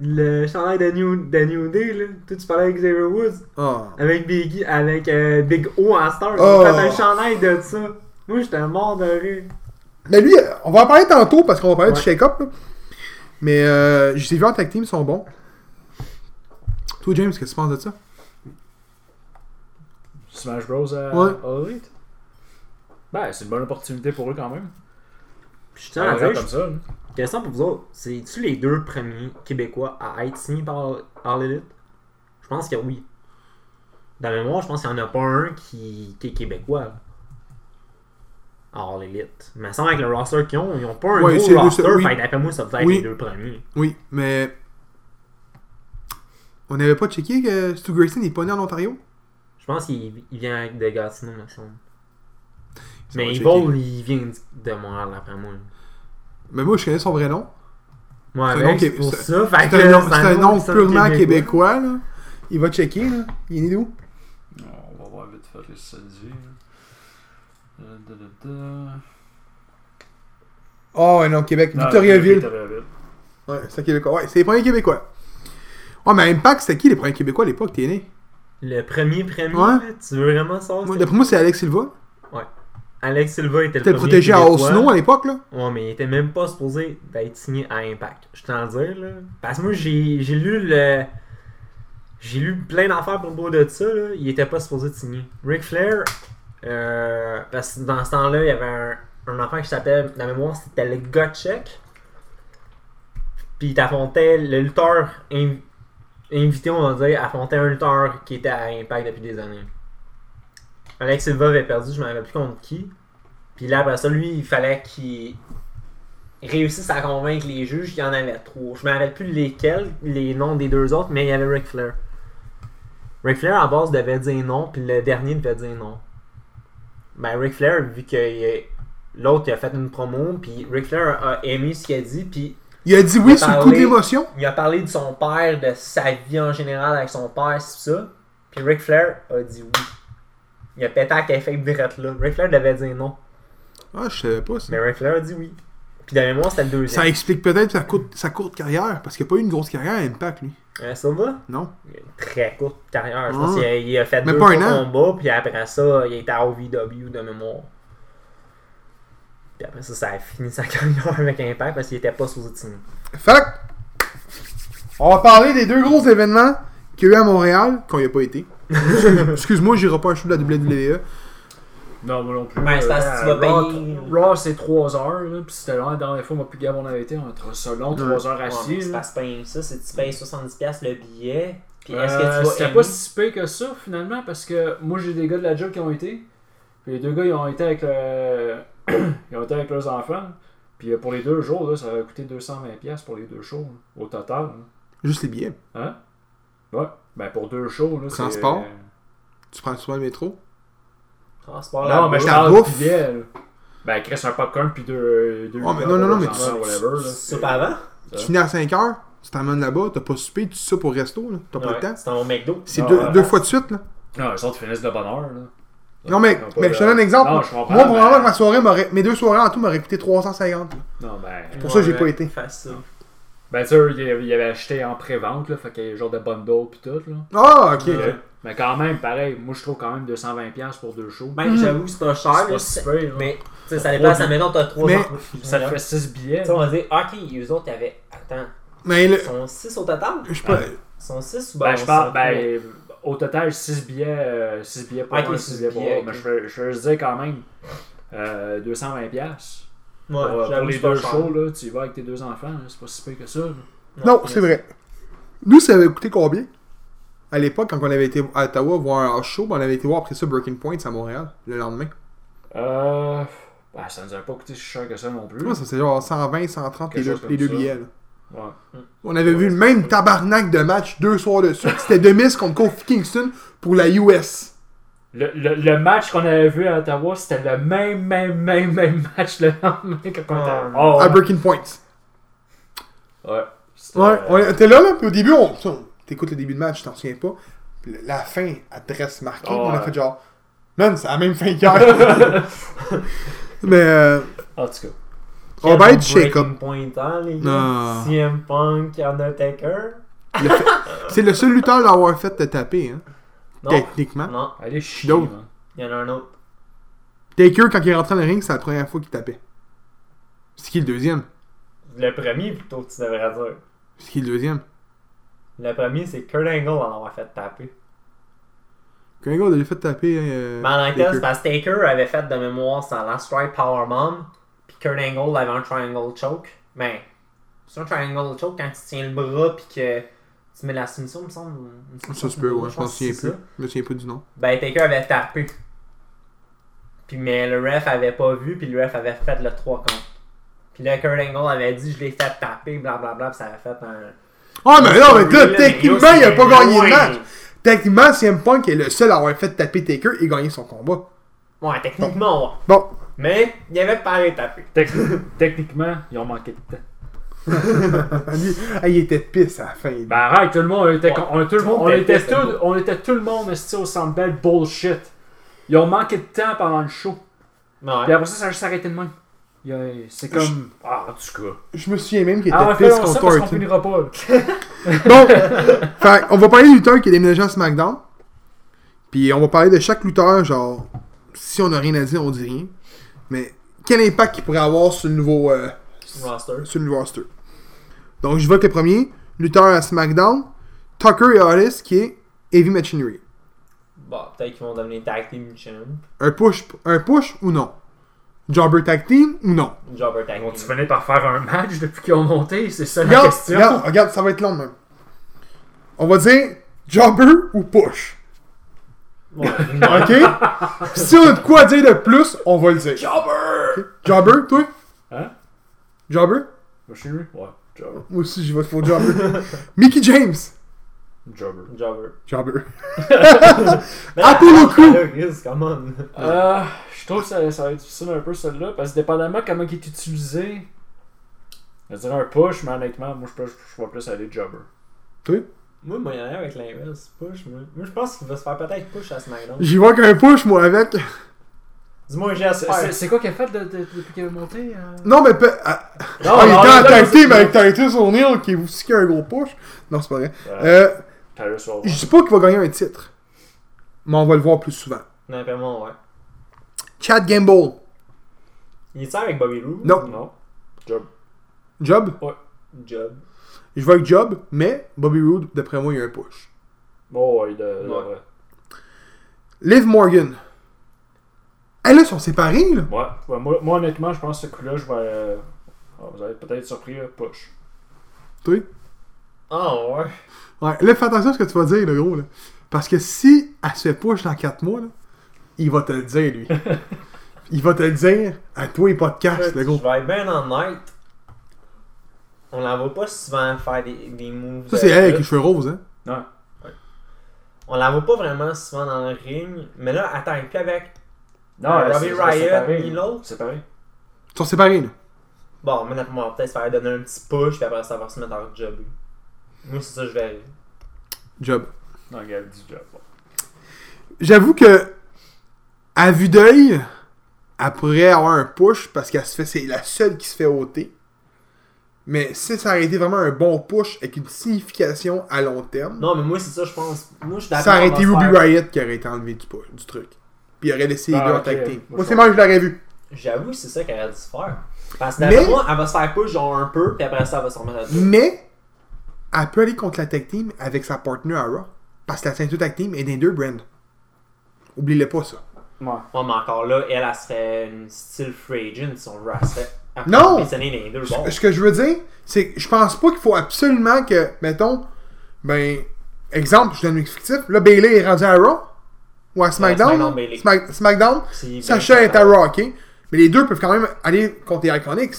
Speaker 2: le chandail de New, de New Day, là. Toi, tu parlais avec Xavier Woods.
Speaker 1: Ah.
Speaker 2: Avec Biggie, avec euh, Big O en star. Ils
Speaker 1: Oh.
Speaker 2: ont fait un chandail de ça. Moi, j'étais mort de rire.
Speaker 1: Mais lui, euh, on va en parler tantôt parce qu'on va parler du
Speaker 2: Ouais.
Speaker 1: shake-up. là. Mais euh, je les ai vus en tag team, ils sont bons. Toi, James, qu'est-ce que tu penses de ça
Speaker 3: Smash Bros. à
Speaker 1: Ouais.
Speaker 3: All Elite. Ben, c'est une bonne opportunité pour eux quand même.
Speaker 2: Puis je
Speaker 3: Ça
Speaker 2: tiens à dire,
Speaker 3: comme ça. hein.
Speaker 2: je- question pour vous autres. C'est-tu les deux premiers Québécois à être signés par All Elite? Je pense que oui. Dans la mémoire, je pense qu'il n'y en a pas un qui, qui est Québécois. là. À All Elite. Mais ça, avec le roster qu'ils ont, ils n'ont pas un
Speaker 1: Ouais, c'est
Speaker 2: gros
Speaker 1: les deux
Speaker 2: roster.
Speaker 1: seuls, oui.
Speaker 2: Fait que d'après moi, ça peut être
Speaker 1: Oui.
Speaker 2: les deux premiers.
Speaker 1: Oui, mais. On n'avait pas checké que Stu Grayson n'est pas né en Ontario
Speaker 2: Je pense qu'il il vient avec des Gatineau, me semble.
Speaker 1: Ça va
Speaker 2: Mais
Speaker 1: checker.
Speaker 2: Evil, il vient de Montréal, après moi.
Speaker 1: Mais moi, je connais son vrai nom.
Speaker 2: Moi,
Speaker 1: C'est un nom
Speaker 2: avec,
Speaker 1: qui est-
Speaker 2: c'est pour
Speaker 1: c'est-
Speaker 2: ça. fait
Speaker 1: C'est
Speaker 2: que
Speaker 1: un nom,
Speaker 2: c'est
Speaker 1: c'est un nom
Speaker 2: c'est un
Speaker 1: purement québécois. là. Il va checker, là. Il est né d'où
Speaker 3: Euh,
Speaker 5: On va voir vite fait ce que ça dit.
Speaker 3: hein. Euh,
Speaker 5: Da, da, da, da.
Speaker 1: Oh, ouais, non, Québec.
Speaker 3: Non,
Speaker 1: Victoriaville.
Speaker 3: Victoriaville.
Speaker 1: Ouais, c'est un Québécois. Ouais, c'est les premiers Québécois. Ouais, mais à Impact, c'était qui les premiers Québécois à l'époque T'es né
Speaker 2: Le premier premier,
Speaker 1: Ouais.
Speaker 2: là, tu veux vraiment savoir?
Speaker 1: Moi,
Speaker 2: c'est-
Speaker 1: D'après moi, c'est Alex Silva.
Speaker 2: Alex Silva était le
Speaker 1: T'es
Speaker 2: premier
Speaker 1: protégé à
Speaker 2: Québécois.
Speaker 1: Osno à l'époque, là.
Speaker 2: Ouais, mais il était même pas supposé d'être signé à Impact. Je t'en dis, là. Parce que moi, j'ai j'ai lu le... J'ai lu plein d'affaires pour le de ça, là. Il était pas supposé de signer. Ric Flair, euh, parce que dans ce temps-là, il y avait un, un enfant qui s'appelait, la mémoire, c'était le Gotchek. Puis il affrontait le lutteur inv- invité, on va dire, affrontait un lutteur qui était à Impact depuis des années. Alex Silva avait perdu, je m'en rappelle plus contre qui. Puis là, après ça, lui, il fallait qu'il réussisse à convaincre les juges qu'il y en avait trop. Je me rappelle plus lesquels, les noms des deux autres, mais il y avait Ric Flair. Ric Flair, à base, devait dire non, puis le dernier devait dire non. Ben, Ric Flair, vu que euh, l'autre il a fait une promo, puis Ric Flair a aimé ce qu'il a dit, puis
Speaker 1: Il a dit oui sur le coup de
Speaker 2: parlé.
Speaker 1: l'émotion.
Speaker 2: il a parlé de son père, de sa vie en général avec son père, c'est ça. Puis Ric Flair a dit oui. Il a pété à café direct là. Ric Flair devait dire non.
Speaker 1: Ah, je savais pas ça.
Speaker 2: Mais Ric Flair a dit oui. Puis de mémoire, c'était le deuxième.
Speaker 1: Ça explique peut-être sa courte, sa courte carrière, parce qu'il n'a pas eu une grosse carrière à Impact, lui.
Speaker 2: Euh, Silva,
Speaker 1: Non.
Speaker 2: il a une très courte carrière. Je
Speaker 1: Ah.
Speaker 2: pense qu'il a, il a fait
Speaker 1: Mais
Speaker 2: deux
Speaker 1: pas
Speaker 2: trois
Speaker 1: un an.
Speaker 2: combats, puis après ça, il était à OVW de mémoire. Puis après ça, ça a fini sa carrière avec Impact parce qu'il était pas sous signer.
Speaker 1: Fait que, on va parler des deux gros événements qu'il y a eu à Montréal, qu'on n'y a pas été. Excuse-moi, j'irai pas un show de la E. WWE.
Speaker 3: Non, moi non plus.
Speaker 2: Ben, c'est parce que tu vas
Speaker 3: Raw-
Speaker 2: payer.
Speaker 3: Raw, c'est 3 heures, là, pis c'était là, la dernière fois, moi, plus Gab, on avait été, on était ça long, 3 heures assis.
Speaker 2: c'est
Speaker 3: là.
Speaker 2: parce que ça, c'est tu payes 70$ le billet. Puis
Speaker 3: Euh, C'était pas si pire que ça, finalement, parce que moi, j'ai des gars de la job qui ont été. Puis les deux gars, ils ont été avec, le- ils ont été avec leurs enfants. Puis euh, pour les deux jours, là, ça a coûté 220$ pour les deux shows, là, au total. là.
Speaker 1: Juste les billets.
Speaker 3: Hein? Ouais. Ben, pour deux shows, là, c'est- euh,
Speaker 1: Transport? Tu prends souvent le métro.
Speaker 2: Transport
Speaker 3: Non, mais je
Speaker 1: Ah, La
Speaker 3: parle de
Speaker 1: bouffe.
Speaker 3: billets, là. Ben, Chris, un popcorn, puis deux... deux
Speaker 1: Oh, mais non, non,
Speaker 3: liqueurs pour
Speaker 1: non,
Speaker 3: les
Speaker 1: mais tu-
Speaker 3: enfants, whatever, là.
Speaker 2: C'est pas avant?
Speaker 1: Tu finis à 5 heures, tu t'emmènes là-bas, t'as pas soupé, tu soupes au resto, là. T'as pas le temps.
Speaker 2: C'est en McDo. Ah.
Speaker 1: C'est
Speaker 3: Non,
Speaker 1: deux,
Speaker 3: ouais.
Speaker 1: deux fois de suite, là.
Speaker 3: Non, les autres finissent de bonne heure, là.
Speaker 1: Non, mais,
Speaker 3: Ils ont pas
Speaker 1: mais
Speaker 3: de-
Speaker 1: je te donne un exemple.
Speaker 3: Non, je comprends,
Speaker 1: Moi, probablement
Speaker 3: mais-
Speaker 1: que ma soirée m'aurait- mes deux soirées en tout m'auraient coûté 350. là.
Speaker 3: Non, ben...
Speaker 1: Pour ça, j'ai pas été.
Speaker 2: Facile.
Speaker 3: Ben, tu sais, eux, ils avaient- ils avaient acheté en pré-vente, là, fait qu'il y a genre de bundle pis tout, là.
Speaker 1: Ah, ok.
Speaker 3: Euh, Mais quand même, pareil, moi je trouve quand même 220$ pour deux shows.
Speaker 2: Ben, j'avoue que c'est pas cher.
Speaker 3: c'est
Speaker 2: là,
Speaker 3: pas si
Speaker 2: c'est-
Speaker 3: pire, là.
Speaker 2: Mais, tu sais, ça dépend, ça mettons, t'as 3
Speaker 1: Mais-
Speaker 2: ans.
Speaker 3: ça te
Speaker 2: Tu
Speaker 3: fait 6 billets.
Speaker 2: sais, on va dire, ok, eux autres, ils avaient. Attends,
Speaker 1: Mais le-
Speaker 2: ils sont 6 au total
Speaker 1: je sais pas.
Speaker 2: Ils sont 6 ou
Speaker 3: Ben,
Speaker 2: ben,
Speaker 3: je
Speaker 2: on
Speaker 3: parle,
Speaker 2: s'en fout.
Speaker 3: ben, au total, 6 billets, euh, 6 billets pour
Speaker 2: Ok,
Speaker 3: un,
Speaker 2: six
Speaker 3: 6 billets pour
Speaker 2: billets,
Speaker 3: l'autre.
Speaker 2: ok.
Speaker 3: Mais je veux- je veux juste dire quand même, euh, 220$.
Speaker 2: Ouais,
Speaker 3: pour, euh, pour
Speaker 2: j'avoue,
Speaker 3: les
Speaker 2: c'est pas
Speaker 3: deux
Speaker 2: cher.
Speaker 3: shows, là, tu y vas avec tes deux enfants, là, c'est pas si pire que ça. là.
Speaker 1: Non, c'est vrai. Nous, ça avait coûté combien À l'époque, quand on avait été à Ottawa voir un house show, ben, on avait été voir après ça Breaking Point à Montréal le lendemain.
Speaker 3: Euh, ben, ça nous a pas coûté si cher que ça non plus.
Speaker 1: Ouais, ça c'est genre 120, 130 les
Speaker 3: Quelque
Speaker 1: deux,
Speaker 3: chose comme
Speaker 1: les deux
Speaker 3: ça.
Speaker 1: billets. là.
Speaker 3: Ouais.
Speaker 1: On avait vu le même tabarnak de match deux soirs de suite. C'était de Miss contre Kofi Kingston pour la US.
Speaker 3: Le, le, le match qu'on avait vu à Ottawa, c'était le même, même, même, même match le lendemain quand on était
Speaker 2: Ah.
Speaker 3: Oh,
Speaker 1: À Breaking Point.
Speaker 3: Ouais. C'était- euh,
Speaker 1: Ouais, on était là, là, puis au début, on. tu sais, on- T'écoutes le début de match, tu t'en souviens pas. Puis le- la fin, elle te reste marquée.
Speaker 3: Oh,
Speaker 1: on a
Speaker 3: ouais.
Speaker 1: fait genre. Man, c'est la même fin qu'hier. Mais. euh,
Speaker 3: En tout cas.
Speaker 1: On va être shake
Speaker 2: Breaking
Speaker 1: up.
Speaker 2: Point, hein, les
Speaker 1: Non.
Speaker 2: gars. CM Punk, Undertaker.
Speaker 1: Le fait- C'est le seul lutteur d'avoir fait te taper, hein,
Speaker 2: Non.
Speaker 1: techniquement.
Speaker 2: Non,
Speaker 3: Allez, chier,
Speaker 1: Donc.
Speaker 3: man.
Speaker 2: il y en a un autre.
Speaker 1: Taker, quand il est rentré dans le ring, c'est la première fois qu'il tapait. C'est qui le deuxième
Speaker 2: Le premier, plutôt, tu devrais dire.
Speaker 1: C'est qui le deuxième
Speaker 2: Le premier, c'est Kurt Angle en avoir fait taper.
Speaker 1: Quand il a fait taper. euh,
Speaker 2: Mais en
Speaker 1: Taker.
Speaker 2: l'enquête, c'est parce que Taker avait fait de mémoire sa Last Strike Powerbomb, puis Kurt Angle avait un Triangle Choke. Mais, c'est un Triangle Choke quand tu tiens le bras puis que tu mets la soumission, il me semble. Il me semble
Speaker 1: Ça
Speaker 2: que
Speaker 1: se
Speaker 2: c'est
Speaker 1: peut,
Speaker 2: le bras,
Speaker 1: ouais, je m'en
Speaker 2: que
Speaker 1: souviens
Speaker 2: c'est
Speaker 1: plus.
Speaker 2: ça.
Speaker 1: Je me souviens plus du nom.
Speaker 2: Ben, Taker avait tapé. Puis, mais le ref avait pas vu, puis le ref avait fait le 3 contre. Puis là, Kurt Angle avait dit, je l'ai fait taper, blablabla, puis ça avait fait un.
Speaker 1: Ah, mais non, mais là,
Speaker 2: Là,
Speaker 1: techniquement, il a
Speaker 2: c'est
Speaker 1: pas gagné le
Speaker 2: loin.
Speaker 1: match. Techniquement, CM Punk est le seul à avoir fait taper Taker et gagner son combat.
Speaker 2: Ouais, techniquement, ouais.
Speaker 1: Bon,
Speaker 2: Mais, il avait pareil tapé.
Speaker 3: Tec- Techniquement, ils ont manqué de temps.
Speaker 1: lui, ah, il était pisse à la fin.
Speaker 2: Bah.
Speaker 3: Ben arrête, tout le monde, on était,
Speaker 2: Ouais.
Speaker 3: on, tout le
Speaker 2: Tout
Speaker 3: monde,
Speaker 2: le
Speaker 3: on
Speaker 2: monde
Speaker 3: était,
Speaker 2: déteste
Speaker 3: tout,
Speaker 2: le
Speaker 3: on était tout le monde esti, au Centre Bell bullshit. Ils ont manqué de temps pendant le show.
Speaker 2: Ouais.
Speaker 3: Puis après ça, ça a juste arrêté de même. Il y a- C'est comme. Ah, en tout cas.
Speaker 1: Je me souviens même qu'il était
Speaker 3: Ah, on va
Speaker 1: pisse
Speaker 3: faire
Speaker 1: contre
Speaker 3: ça parce qu'on
Speaker 1: Orton.
Speaker 3: finira pas. là.
Speaker 1: Bon, fait, on va parler de lutteur qui est déménagé à SmackDown. Puis on va parler de chaque lutteur, genre, si on n'a rien à dire, on dit rien. Mais quel impact qu'il pourrait avoir sur le nouveau, euh,
Speaker 2: Roster.
Speaker 1: sur le nouveau roster. Donc je vote le premier, lutteur à SmackDown, Tucker et Otis qui est Heavy Machinery.
Speaker 2: Bon, peut-être qu'ils vont devenir tag team champ.
Speaker 1: Un push, un push ou non? Jobber Tag Team ou non?
Speaker 2: Jobber tag
Speaker 3: Ils vont-tu
Speaker 2: team.
Speaker 3: finir par faire un match depuis qu'ils ont monté C'est ça la
Speaker 1: Regarde,
Speaker 3: question.
Speaker 1: regarde, regarde, ça va être long même. On va dire Jobber ou push.
Speaker 2: Ouais.
Speaker 1: OK? si on a de quoi dire de plus, on va le dire. Jobber! Jobber, toi?
Speaker 3: Hein?
Speaker 1: Jobber?
Speaker 3: Machinery? Ouais. Jobber.
Speaker 1: Moi aussi, je vote pour Jobber. Mickey James!
Speaker 3: Jobber.
Speaker 2: Jobber.
Speaker 1: Jobber.
Speaker 2: le
Speaker 1: Apollo Crew!
Speaker 2: come on.
Speaker 3: Euh, je trouve que ça, ça va être difficile un peu celle-là, parce que dépendamment comment il est utilisé, je dirais un push, mais honnêtement, moi je, peux- je vais plus aller jobber.
Speaker 2: Moi, moi, il y en a avec l'inverse. Push, moi. Moi, je pense qu'il va se faire peut-être push à SmackDown.
Speaker 1: J'y vois qu'un push, moi, avec.
Speaker 2: Dis-moi,
Speaker 3: C'est-
Speaker 2: j'espère.
Speaker 3: C'est c'est quoi qu'il a fait de- de- depuis qu'il est monté euh?
Speaker 1: Non, mais. pe- Ah,
Speaker 3: Non,
Speaker 1: ah, il
Speaker 3: non,
Speaker 1: était
Speaker 3: là,
Speaker 1: en
Speaker 3: là,
Speaker 1: tag team
Speaker 3: c'est-
Speaker 1: avec Titus O'Neill qui est aussi qui a un gros push. Non, c'est pas vrai.
Speaker 3: Ouais,
Speaker 1: Euh,
Speaker 3: Tyrus Hall, ouais.
Speaker 1: je dis pas qu'il va gagner un titre. Mais on va le voir plus souvent.
Speaker 2: Non, vraiment, ouais.
Speaker 1: Chad Gamble.
Speaker 2: Il est avec Bobby Roode?
Speaker 1: Non.
Speaker 3: Non.
Speaker 1: Job?
Speaker 2: Job.
Speaker 1: Je vois que Job, mais Bobby Roode, d'après moi, il y a un push.
Speaker 3: Bon, ouais, il a- il a-
Speaker 2: Ouais.
Speaker 1: Liv Morgan. Elle, là, ils sont séparés, là.
Speaker 3: Ouais. Ouais, moi, moi, honnêtement, je pense que ce coup-là, je vais. euh, ah, vous allez peut-être être surpris, euh, push.
Speaker 1: Toi?
Speaker 2: Ah ouais.
Speaker 1: Ouais, là, fais attention à ce que tu vas dire, le gros, là. Parce que si elle se fait push dans 4 mois, là, il va te le dire, lui. il va te le dire à toi et podcast, le Ah, gros.
Speaker 2: Je vais être bien honnête. On la voit pas souvent faire des, des moves.
Speaker 1: Ça,
Speaker 2: de
Speaker 1: c'est elle avec les
Speaker 2: lutte.
Speaker 1: cheveux roses, hein.
Speaker 2: On la voit pas vraiment souvent dans le ring. Mais là, attends, puis avec
Speaker 3: Non,
Speaker 2: Ah,
Speaker 3: ouais,
Speaker 2: Robbie
Speaker 3: c'est- c'est
Speaker 2: Riott,
Speaker 3: séparé,
Speaker 2: puis
Speaker 3: là.
Speaker 2: l'autre?
Speaker 3: C'est pareil.
Speaker 1: Ils sont séparés, là.
Speaker 2: Bon, maintenant, on va peut-être se faire donner un petit push, puis après, ça va se mettre en job. Moi, c'est ça que je vais aller.
Speaker 1: Job.
Speaker 3: Non, Gab dit job. ouais.
Speaker 1: J'avoue que, à vue d'œil, elle pourrait avoir un push parce qu'elle se fait, c'est la seule qui se fait ôter. Mais si ça aurait été vraiment un bon push avec une signification à long terme,
Speaker 2: Non, mais moi, c'est ça, je pense. Moi, je suis d'accord.
Speaker 1: ça aurait été
Speaker 2: on va
Speaker 1: Ruby
Speaker 2: faire-
Speaker 1: Riot qui aurait été enlevé du, push- du truc. Puis il aurait laissé les
Speaker 3: Ah,
Speaker 1: deux en
Speaker 3: ok.
Speaker 1: tag team.
Speaker 3: Moi,
Speaker 1: Moi,
Speaker 3: je
Speaker 1: c'est moi, je l'aurais vu.
Speaker 2: J'avoue, c'est ça qu'elle a dû se faire. Parce que
Speaker 1: Mais-
Speaker 2: d'après moi, elle va se faire push genre un peu, puis après ça, elle va se remettre à deux.
Speaker 1: Mais, elle peut aller contre la tag team avec sa partenaire à Raw. Parce que la ceinture tag team est des deux brands. Oubliez-le pas, ça.
Speaker 3: Ouais.
Speaker 2: Ouais, mais encore là, elle, elle serait une style free agent, si on le rastait.
Speaker 1: Non!
Speaker 2: Elle serait les deux bords.
Speaker 1: Ce que je veux dire, c'est que je pense pas qu'il faut absolument que, mettons, ben, exemple, je donne un fictif, là, Bailey est rendu à Raw. Ou à SmackDown.
Speaker 2: SmackDown, Bayley.
Speaker 1: Smack- SmackDown.
Speaker 2: C'est
Speaker 1: Sacha
Speaker 2: bien
Speaker 1: est à
Speaker 2: capable.
Speaker 1: Raw, ok? Mais les deux peuvent quand même aller contre les Iconics.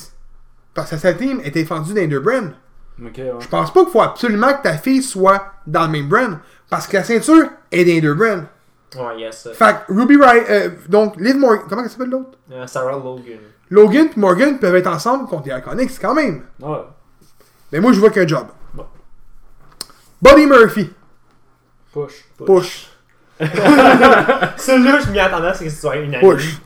Speaker 1: Parce que sa tag team est défendue dans les deux brands.
Speaker 3: Ok, ouais.
Speaker 1: Je pense pas qu'il faut absolument que ta fille soit dans le même brand. Parce que la ceinture est dans les deux brands.
Speaker 2: Ouais, yes. ça.
Speaker 1: Fait que Ruby Ryan. euh, donc, Liv Morgan. Comment elle s'appelle l'autre
Speaker 2: Euh, Sarah Logan.
Speaker 1: Logan et Morgan peuvent être ensemble contre les Iconics quand même.
Speaker 3: Ouais.
Speaker 1: Mais moi, je vois qu'un job.
Speaker 3: Bon.
Speaker 1: Buddy Murphy.
Speaker 3: Push.
Speaker 1: Push.
Speaker 2: Celui-là, je m'y attendais, c'est que ce soit une
Speaker 1: Push.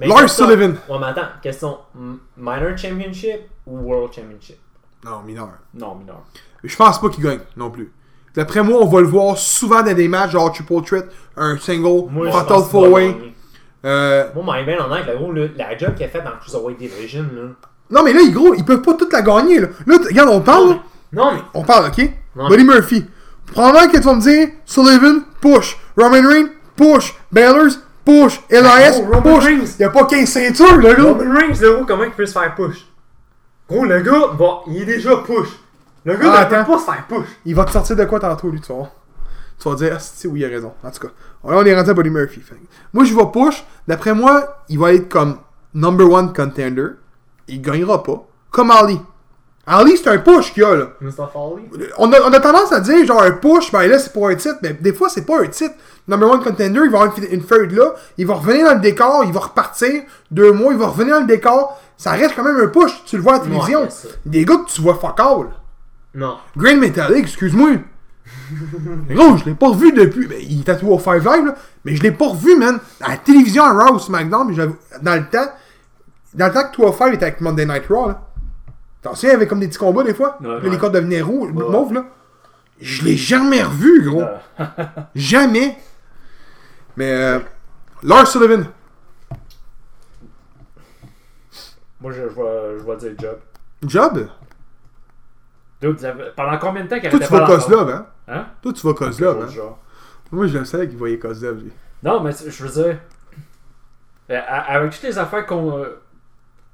Speaker 2: Mais
Speaker 1: Lars
Speaker 2: question-
Speaker 1: Sullivan.
Speaker 2: Ouais, mais attends, question m- minor championship ou world championship
Speaker 1: Non, mineur.
Speaker 2: Non, minor.
Speaker 1: Je pense pas qu'il gagne non plus. D'après moi, on va le voir souvent dans des matchs genre triple threat, un single,
Speaker 2: Moi, je
Speaker 1: fatal
Speaker 2: pense qu'il
Speaker 1: four
Speaker 2: va
Speaker 1: way.
Speaker 2: gagner.
Speaker 1: Euh,
Speaker 2: Moi, my man, en anglais, gros, le- la job qu'il a faite dans Cruiserweight Division, là.
Speaker 1: Non, mais là, ils- gros, ils peuvent pas toute la gagner. Là, Là, t- regarde, on parle. là.
Speaker 4: Non, mais.
Speaker 1: On parle, ok?
Speaker 4: Non,
Speaker 1: Buddy Murphy. Probablement que tu vas me dire Sullivan, push. Roman Reigns, push. Bellers, push. Elias,
Speaker 4: Oh, Roman
Speaker 1: push.
Speaker 4: Reigns.
Speaker 1: Il a pas 15 ceintures, le gars.
Speaker 4: Roman Reigns, là, gros, comment il peut se faire push Gros, le gars, bon, il est déjà push. Le gars,
Speaker 1: Ah,
Speaker 4: il peut
Speaker 1: attends.
Speaker 4: pas se faire push.
Speaker 1: Il va te sortir de quoi tantôt, lui, tu vas voir. Tu vas dire, ah, si, oui, il a raison. En tout cas, là, on est rendu à Buddy Murphy. Fait que Moi, je vais push. D'après moi, il va être comme number one contender. Il gagnera pas. Comme Ali. Ali, c'est un push qu'il a, là.
Speaker 2: Mr. Foley
Speaker 1: On a, on a tendance à dire, genre, un push, ben là, c'est pour un titre, mais des fois, c'est pas un titre. Number one contender, il va avoir une, fi- une third là, il va revenir dans le décor, il va repartir, deux mois, il va revenir dans le décor. Ça reste quand même un push, tu le vois à la télévision.
Speaker 2: Ouais, c'est ça.
Speaker 1: des gars que tu vois fuck all.
Speaker 2: Non.
Speaker 1: Green Metallic, excuse-moi. Gros, je l'ai pas revu depuis. Ben, il est tatoué au Five Live, là, mais je l'ai pas revu, man. À la télévision, à Raw ou SmackDown, mais j'avoue- dans le temps, dans le temps que 205 était avec Monday Night Raw, là. T'en souviens, il y avait comme des petits combats des fois.
Speaker 3: Ouais,
Speaker 1: Là,
Speaker 3: ouais.
Speaker 1: Les cordes devenaient rouges, mauves, là. Je l'ai jamais revu, gros.
Speaker 3: Euh,
Speaker 1: Jamais. Mais, euh, Lars Sullivan.
Speaker 3: Moi, je, je, vais, je vais dire Job.
Speaker 1: Job.
Speaker 3: Dude, vous avez- pendant combien de temps qu'elle
Speaker 1: Toi,
Speaker 3: était
Speaker 1: tu vas
Speaker 3: pas là
Speaker 1: Kozlov, hein.
Speaker 3: Hein?
Speaker 1: Toi, tu vas Kozlov,
Speaker 3: Autre
Speaker 1: hein.
Speaker 3: genre.
Speaker 1: Moi, je le savais qu'il voyait Kozlov, lui.
Speaker 3: Non, mais tu- je veux dire. euh, à- Avec toutes les affaires qu'on, euh,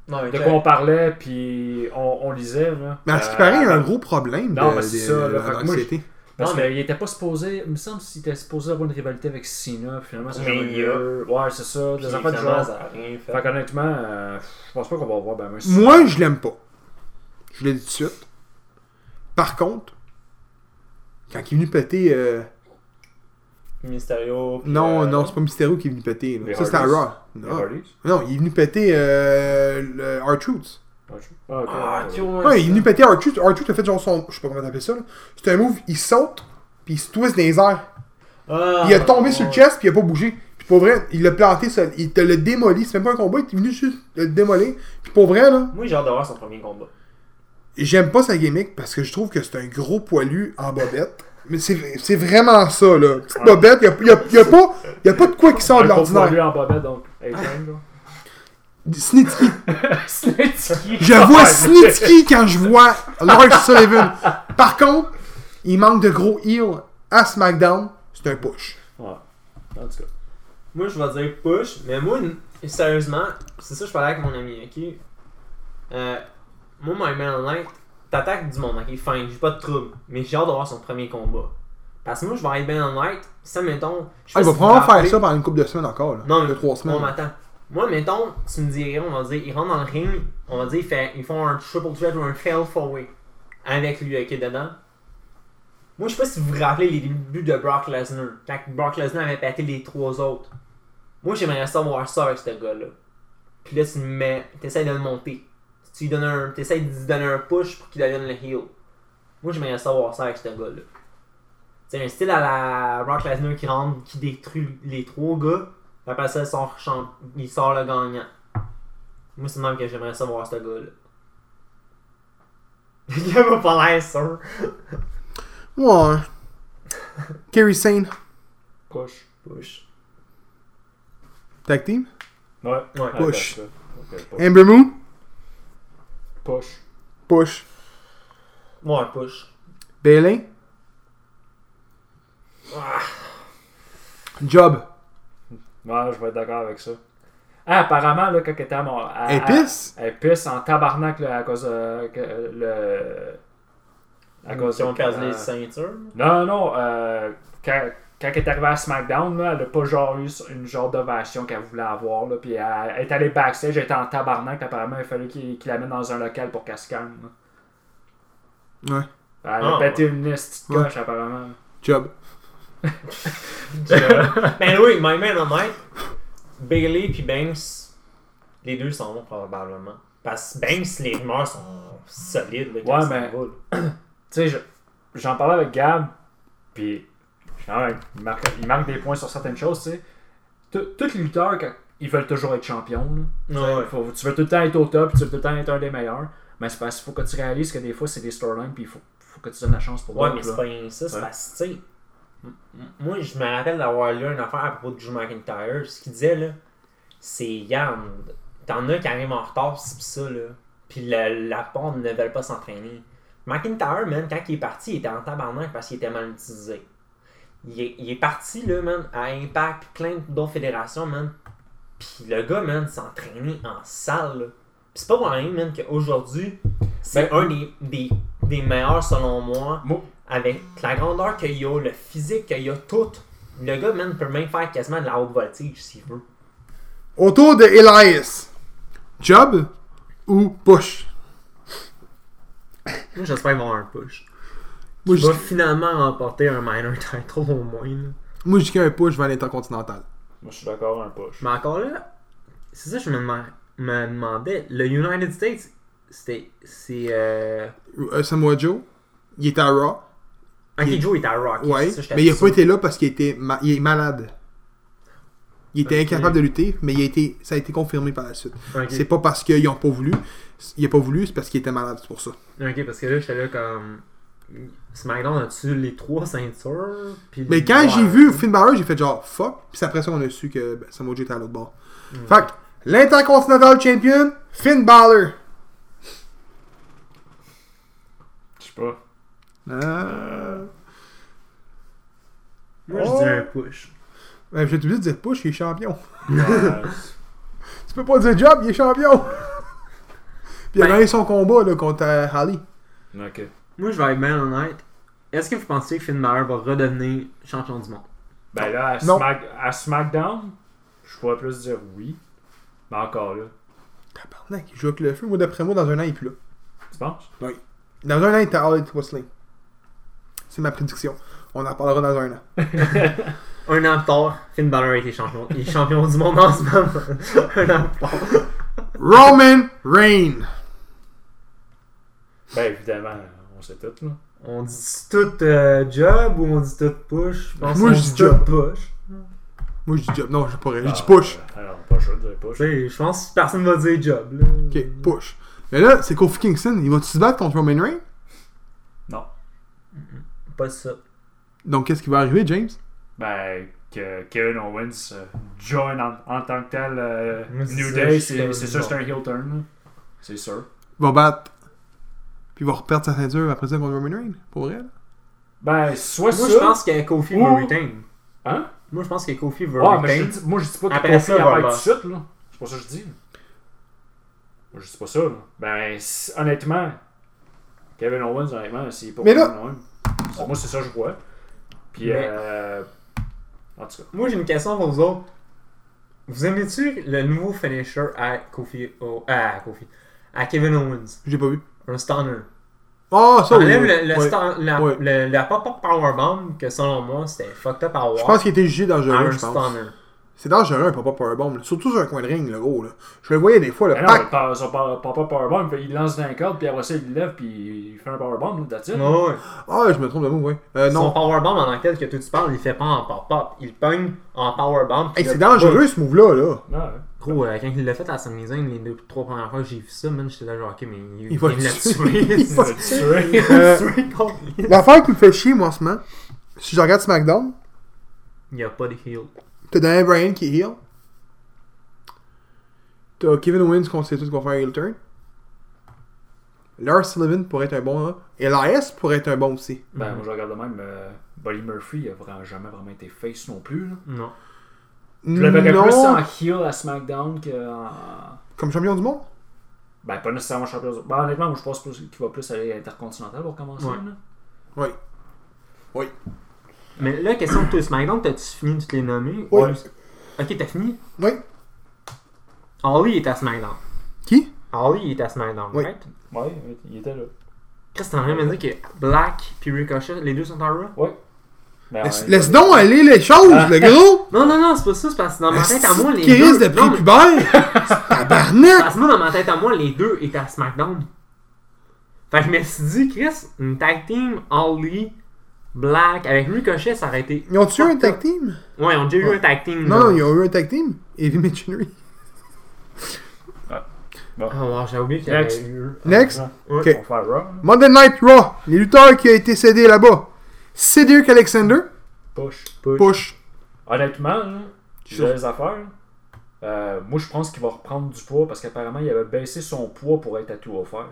Speaker 2: Non, mais
Speaker 3: de
Speaker 2: Jack-
Speaker 3: quoi on parlait, puis on, on lisait, là.
Speaker 1: Mais à ce qui
Speaker 3: euh,
Speaker 1: paraît, il y a un gros problème
Speaker 3: non,
Speaker 1: de-
Speaker 3: mais c'est
Speaker 1: de-
Speaker 3: ça, là,
Speaker 1: de-
Speaker 3: fait que moi,
Speaker 1: d'anxiété.
Speaker 3: Parce
Speaker 2: Non,
Speaker 3: qu'il était pas supposé. Il me semble qu'il était supposé avoir une rivalité avec Cena, puis finalement, ça
Speaker 2: Mais
Speaker 3: jamais
Speaker 2: il y
Speaker 3: eu lieu. Ouais, c'est ça.
Speaker 2: Puis
Speaker 3: Des affaires du
Speaker 2: finalement,
Speaker 3: genre.
Speaker 2: ça a rien fait.
Speaker 3: Fait qu'honnêtement, euh, je pense pas qu'on va voir ben moi, Cena.
Speaker 1: Moi, je l'aime pas. Je l'ai dit tout de suite. Par contre, quand il est venu péter. euh,
Speaker 2: Mysterio. puis,
Speaker 1: Non,
Speaker 2: euh,
Speaker 1: non, c'est pas Mysterio qui est venu péter. là.
Speaker 3: Les
Speaker 1: Ça, c'était à
Speaker 3: Hardys.
Speaker 1: Raw.
Speaker 3: Les
Speaker 1: Non.
Speaker 3: Hardys?
Speaker 1: non, il est venu péter euh, le R-Truth.
Speaker 3: Ah, je- Ah, ok.
Speaker 2: Ah, tu vois.
Speaker 1: Ouais, il est venu péter R-Truth. R-Truth a fait genre son. Je sais pas comment t'appelles ça. là. C'est un move, il saute, puis il se twist dans les airs.
Speaker 2: Ah,
Speaker 1: Il est tombé sur le
Speaker 2: ouais.
Speaker 1: chest, puis il a pas bougé. Puis pour vrai, il l'a planté seul. Il te l'a démoli. C'est même pas un combat, il est venu juste le démolir. Puis pour vrai, là.
Speaker 2: Moi, j'ai hâte de voir son premier combat.
Speaker 1: J'aime pas sa gimmick parce que je trouve que c'est un gros poilu en bobette. Mais c'est c'est vraiment ça, là. Petite bobette, y a, y a- y a pas, y a pas de quoi qui sort de
Speaker 3: Un contrôleur
Speaker 1: l'ordinaire.
Speaker 3: en bobette, donc. Hey, James, là.
Speaker 1: Snitsky.
Speaker 3: Snitsky.
Speaker 1: Je vois Snitsky quand je vois Lars Sullivan. Par contre, il manque de gros heel à SmackDown. C'est un push.
Speaker 3: Ouais. En tout cas.
Speaker 2: Moi, je vais dire push, mais moi, n- sérieusement, c'est ça que je parlais avec mon ami, ok? Euh, moi, My Man Online, t'attaques du monde, ok? Fine, j'ai pas de trouble, mais j'ai hâte de voir son premier combat. Parce que moi, je vais aller bien Online, ça, mettons. je sais
Speaker 1: Ah, il
Speaker 2: pas
Speaker 1: va
Speaker 2: si
Speaker 1: probablement
Speaker 2: vous vous
Speaker 1: faire
Speaker 2: rappelez-
Speaker 1: ça pendant une couple de semaines encore. Là.
Speaker 2: Non, mais
Speaker 1: Deux, trois semaines.
Speaker 2: On m'attend. Moi, mettons, tu me dirais, on va dire, il rentre dans le ring, on va dire, il fait- ils font un triple threat ou un fail four way avec lui, ok, dedans. Moi, je sais pas si vous vous rappelez les débuts de Brock Lesnar, quand Brock Lesnar avait pété les trois autres. Moi, j'aimerais savoir ça avec ce gars-là. Puis là, tu le mets, t'essayes de le monter. Tu lui donnes un, t'essayes de lui donner un push pour qu'il devienne le heel. Moi, j'aimerais savoir ça avec ce gars-là. C'est un style à la Brock Lesnar qui rentre, qui détruit les trois gars. Puis Après ça, il sort, champ- il sort le gagnant. Moi, c'est le même que j'aimerais savoir ce gars-là. il a pas l'air sûr.
Speaker 1: Ouais. Kerry Sane,
Speaker 3: Push.
Speaker 2: Push.
Speaker 1: tag team.
Speaker 3: Ouais.
Speaker 2: Ouais.
Speaker 3: Ah,
Speaker 1: Push.
Speaker 3: ben, ça. Ok, push.
Speaker 1: Amber Moon,
Speaker 3: Push.
Speaker 1: push.
Speaker 2: Ouais, push.
Speaker 1: Bailey,
Speaker 2: Ah,
Speaker 1: job.
Speaker 3: Ouais, je vais être d'accord avec ça. Ah, apparemment, là, quand elle était à mon. à-
Speaker 1: Elle
Speaker 3: à-
Speaker 1: pisse?
Speaker 3: Elle pisse en tabarnak, là, à cause de. que- euh, le. À cause
Speaker 2: Ils ont
Speaker 3: de-
Speaker 2: perdu les
Speaker 3: euh,
Speaker 2: ceintures.
Speaker 3: Non, non, euh, quand, quand elle est arrivée à SmackDown, là, elle a pas genre eu une genre d'ovation qu'elle voulait avoir. Là, puis elle, elle est allée backstage, elle était en tabarnak. puis Apparemment, il fallait qu'il qu'il la mette dans un local pour qu'elle se calme. là.
Speaker 1: Ouais.
Speaker 3: Elle a
Speaker 2: Ah,
Speaker 3: pété une petite
Speaker 1: Ouais.
Speaker 3: coche, apparemment.
Speaker 1: Job.
Speaker 2: ben oui, My Man on Night, Bailey puis Banks, les deux sont bons probablement. Parce que Banks, les rumeurs sont solides. Là, quand ça
Speaker 3: Ouais, ben, mais-
Speaker 2: va, là.
Speaker 3: Tu sais, je- j'en parlais avec Gab, puis quand même, il marque, il marque des points sur certaines choses, tu sais. Tout- Tous les lutteurs, quand- ils ils veulent toujours être champions. là.
Speaker 6: Ouais, ouais.
Speaker 3: Faut- tu veux tout le temps être au top, tu veux tout le temps être un des meilleurs. Mais c'est parce qu'il faut que tu réalises que des fois, c'est des storylines, puis il faut, faut que tu donnes la chance pour
Speaker 6: Ouais, mais
Speaker 3: d'autres.
Speaker 6: c'est
Speaker 3: là.
Speaker 6: pas rien que ça, c'est
Speaker 3: Ouais. Mm,
Speaker 6: parce que, tu sais, m- m- moi, je me rappelle d'avoir lu une affaire à propos de Drew McIntyre. Ce qu'il disait, là, c'est Yann, t'en as qui arrivent en retard, c'est pis ça, là. Puis la, la porte ne veulent pas s'entraîner. McIntyre, man, quand il est parti, il était en tabarnak parce qu'il était mal utilisé. Il est, il est parti, là, man, à Impact, pis plein d'autres fédérations, man. Puis le gars, man, s'entraînait en salle, là. Pis c'est pas pour rien, man, qu'aujourd'hui, c'est
Speaker 3: Ben,
Speaker 6: un des, des, des meilleurs, selon moi,
Speaker 3: Moi-
Speaker 6: avec la grandeur qu'il a, le physique qu'il a, tout. Le gars, man, peut même faire quasiment de la haute voltige s'il veut.
Speaker 1: Autour de Elias. Job ou push?
Speaker 2: Moi, j'espère qu'ils vont avoir un push.
Speaker 1: Moi,
Speaker 2: Il va
Speaker 1: je-
Speaker 2: finalement remporter un minor title au moins. là.
Speaker 1: Moi, je dis qu'un push va à l'intercontinental.
Speaker 3: Moi, je suis d'accord, un push.
Speaker 2: Mais encore là, c'est ça que je me, demande- me demandais. Le United States, c'était. C'est. euh,
Speaker 1: Euh, Samoa Joe, il était à Raw.
Speaker 2: Ok,
Speaker 1: Il-
Speaker 2: Joe était à Rock.
Speaker 1: Ouais,
Speaker 2: c'est ça, j'étais
Speaker 1: mais il a
Speaker 2: sûr.
Speaker 1: pas été là parce qu'il était ma- il est malade. Il était
Speaker 2: Ok.
Speaker 1: incapable de lutter, mais il a été, ça a été confirmé par la suite.
Speaker 2: Ok.
Speaker 1: C'est pas parce qu'ils ont pas voulu, il a pas voulu, c'est parce qu'il était malade, c'est pour ça.
Speaker 2: Ok, parce que là, j'étais là comme. SmackDown a-tu les trois ceintures Puis
Speaker 1: Mais
Speaker 2: le-
Speaker 1: quand
Speaker 2: Ouais.
Speaker 1: j'ai vu Finn Balor, j'ai fait genre fuck, puis c'est après ça qu'on a su que ben, Samoa Joe était à l'autre bord. Fait que l'intercontinental champion, Finn Balor.
Speaker 7: Je sais pas.
Speaker 1: Ah.
Speaker 2: Moi,
Speaker 1: Oh!
Speaker 2: je dis un push.
Speaker 1: Ben, j'ai obligé de dire push, il est champion.
Speaker 7: Ouais,
Speaker 1: Tu peux pas dire job, il est champion. puis il a
Speaker 2: Ben-
Speaker 1: gagné son combat là, contre euh, Harley.
Speaker 7: c'est- ok.
Speaker 2: Moi, je vais être bien honnête. Est-ce que vous pensez que Finn Balor va redevenir champion du monde
Speaker 3: Ben là, à,
Speaker 1: Non.
Speaker 3: Smack- à SmackDown, je pourrais plus dire oui. Mais encore là,
Speaker 1: Tabarnak, il joue avec le feu. Moi, d'après moi, dans un an, il est plus là.
Speaker 3: tu penses?
Speaker 1: Dans un an, il était à All Elite Wrestling. C'est ma prédiction. On en parlera dans un an.
Speaker 2: Un an plus tard, Finn Balor a été champion, il est champion du monde en ce moment. un an plus tard.
Speaker 1: Roman Reign.
Speaker 3: Ben évidemment, on sait tout, là.
Speaker 2: On dit tout euh, job ou on dit tout push pense
Speaker 1: Moi,
Speaker 2: qu'on
Speaker 1: je
Speaker 2: dit
Speaker 1: dis job.
Speaker 2: tout push.
Speaker 1: Moi, je dis job. Non, je pourrais. Je dis push.
Speaker 3: Ah, Alors, pas chaud, je dirais
Speaker 2: Tu
Speaker 3: push.
Speaker 2: sais, Je pense que personne va dire job. Là.
Speaker 1: Ok, push. Mais là, c'est Kofi Kingston. Il va-tu se battre contre Roman Reign?
Speaker 7: Non.
Speaker 2: Pas ça.
Speaker 1: Donc, qu'est-ce qui va arriver, James?
Speaker 7: Ben, que Kevin Owens euh, join en, en tant que tel euh,
Speaker 2: Moi, c'est
Speaker 7: New
Speaker 2: ça,
Speaker 7: Day,
Speaker 2: je suis
Speaker 7: c'est
Speaker 2: comme
Speaker 7: c'est sûr
Speaker 2: non.
Speaker 7: c'est un heel turn. là. C'est sûr.
Speaker 1: Il va battre. Puis il va reperdre sa ceinture après ça contre Roman Reign. Pour elle.
Speaker 7: Ben, soit
Speaker 2: Moi,
Speaker 7: ça.
Speaker 2: je pense que Kofi
Speaker 7: Ou-
Speaker 2: va retain.
Speaker 3: Hein?
Speaker 2: Moi, je pense que Kofi va
Speaker 3: Ah, mais
Speaker 2: retain.
Speaker 3: je te dis- moi, je dis pas que
Speaker 2: Après
Speaker 3: Kofi
Speaker 2: ça,
Speaker 3: il va
Speaker 2: voilà.
Speaker 3: être tout de suite, là. C'est pas ça que je dis. Moi, je dis pas ça, là. Ben, c- honnêtement, Kevin Owens, honnêtement, c'est pas
Speaker 1: Mais là-
Speaker 3: Kevin Owens. C'est- Moi, c'est ça que je vois. Puis,
Speaker 2: Mais-
Speaker 3: euh, En tout cas.
Speaker 2: Moi, j'ai une question pour vous autres. Vous aimez-tu le nouveau finisher à Kofi. oh, à Kofi. À Kevin Owens
Speaker 1: J'ai pas vu.
Speaker 2: Un stunner.
Speaker 1: Oh, ça, oui.
Speaker 2: T'enlèves le, le
Speaker 1: Ouais.
Speaker 2: stun- la,
Speaker 1: Ouais.
Speaker 2: le- la pop-up powerbomb que selon moi, c'était fucked up à voir.
Speaker 1: Je pense qu'il était jugé
Speaker 2: à
Speaker 1: dangereux,
Speaker 2: un
Speaker 1: je pense.
Speaker 2: stunner.
Speaker 1: C'est dangereux, un papa powerbomb. là. Surtout sur un coin de ring, le gros. Là. Je le voyais des fois, le
Speaker 3: Ben non,
Speaker 1: pack.
Speaker 3: par- son par- papa powerbomb, il lance dans un corde, puis après ça, il lève, puis il fait un powerbomb, là, dessus
Speaker 2: Ouais, ouais.
Speaker 1: Ah, je me trompe de mot, ouais. Euh,
Speaker 2: Son
Speaker 1: non.
Speaker 2: powerbomb en laquelle que toi tu parles, il fait pas en pop-up. Il pogne en powerbomb.
Speaker 1: Hey, c'est dangereux, ce move-là. Là.
Speaker 3: hein.
Speaker 2: Gros, euh, quand il l'a fait à Samizane, les deux, trois premières fois que j'ai vu ça, man, j'étais là genre, ok, mais il,
Speaker 1: Il va
Speaker 2: vient de
Speaker 1: le
Speaker 2: la
Speaker 1: tuer.
Speaker 2: tuer.
Speaker 1: Il va le
Speaker 2: Il
Speaker 1: Euh,
Speaker 2: l'a tué, Colin.
Speaker 1: L'affaire qui me fait chier, moi, en ce moment, si je regarde SmackDown,
Speaker 2: Il n'y a pas de heal.
Speaker 1: T'as Daniel Bryan qui est heal. T'as Kevin Owens qu'on sait tous qu'on va faire heel turn. Lars Sullivan pourrait être un bon là. Elias pourrait être un bon aussi.
Speaker 3: Ben,
Speaker 2: Mhm.
Speaker 3: moi, je regarde de même. euh, Buddy Murphy, il a vraiment, jamais vraiment été face non plus. Là.
Speaker 2: Non.
Speaker 3: Je le verrais plus en
Speaker 1: Non,
Speaker 3: heel à SmackDown qu'en.
Speaker 1: comme champion du monde.
Speaker 3: Ben, pas nécessairement champion. Ben, honnêtement, moi, je pense plus qu'il va plus aller à Intercontinental pour commencer.
Speaker 2: Ouais.
Speaker 3: là.
Speaker 1: Oui.
Speaker 2: Mais là, question de toi, SmackDown, t'as-tu fini de te les nommer
Speaker 1: Oui.
Speaker 2: Ok, t'as fini
Speaker 1: Oui.
Speaker 2: Ollie est à SmackDown.
Speaker 1: Qui
Speaker 2: Ollie est à SmackDown,
Speaker 1: Oui.
Speaker 2: right
Speaker 3: Ouais, il était là.
Speaker 2: Chris, t'es en train de me dire que Black puis Ricochet, les deux sont en Raw
Speaker 3: Ben,
Speaker 2: Ah,
Speaker 1: Laisse,
Speaker 3: ouais.
Speaker 1: laisse donc aller les choses, le gros
Speaker 2: Non, non, non, c'est pas ça, c'est parce que dans ma tête à Ah. moi, les
Speaker 1: Qui
Speaker 2: deux.
Speaker 1: risque de
Speaker 2: Non, mais-
Speaker 1: prépubère Tabarnak
Speaker 2: Parce que moi, dans ma tête à moi, les deux étaient à SmackDown. Fait que je me suis dit, Chris, une tag team, Holly, Black, avec Ricochet, ça aurait été.
Speaker 1: Ils ont tué un tag team
Speaker 2: Ouais, on a déjà eu
Speaker 1: Ouais.
Speaker 2: un tag team.
Speaker 1: Non,
Speaker 2: là.
Speaker 1: non, ils ont eu un tag team. Heavy Machinery.
Speaker 4: Ah, wow, j'ai oublié qu'il y
Speaker 3: Next.
Speaker 4: avait eu.
Speaker 1: Next.
Speaker 4: Ouais.
Speaker 1: Ok.
Speaker 3: On va faire Raw. là.
Speaker 1: Monday Night Raw, les lutteurs qui a été cédé là-bas. Cedric Alexander,
Speaker 3: Push.
Speaker 1: push.
Speaker 3: Honnêtement, là,
Speaker 1: Sure.
Speaker 3: j'ai les affaires. Euh, moi, je pense qu'il va reprendre du poids parce qu'apparemment, il avait baissé son poids pour être à 205.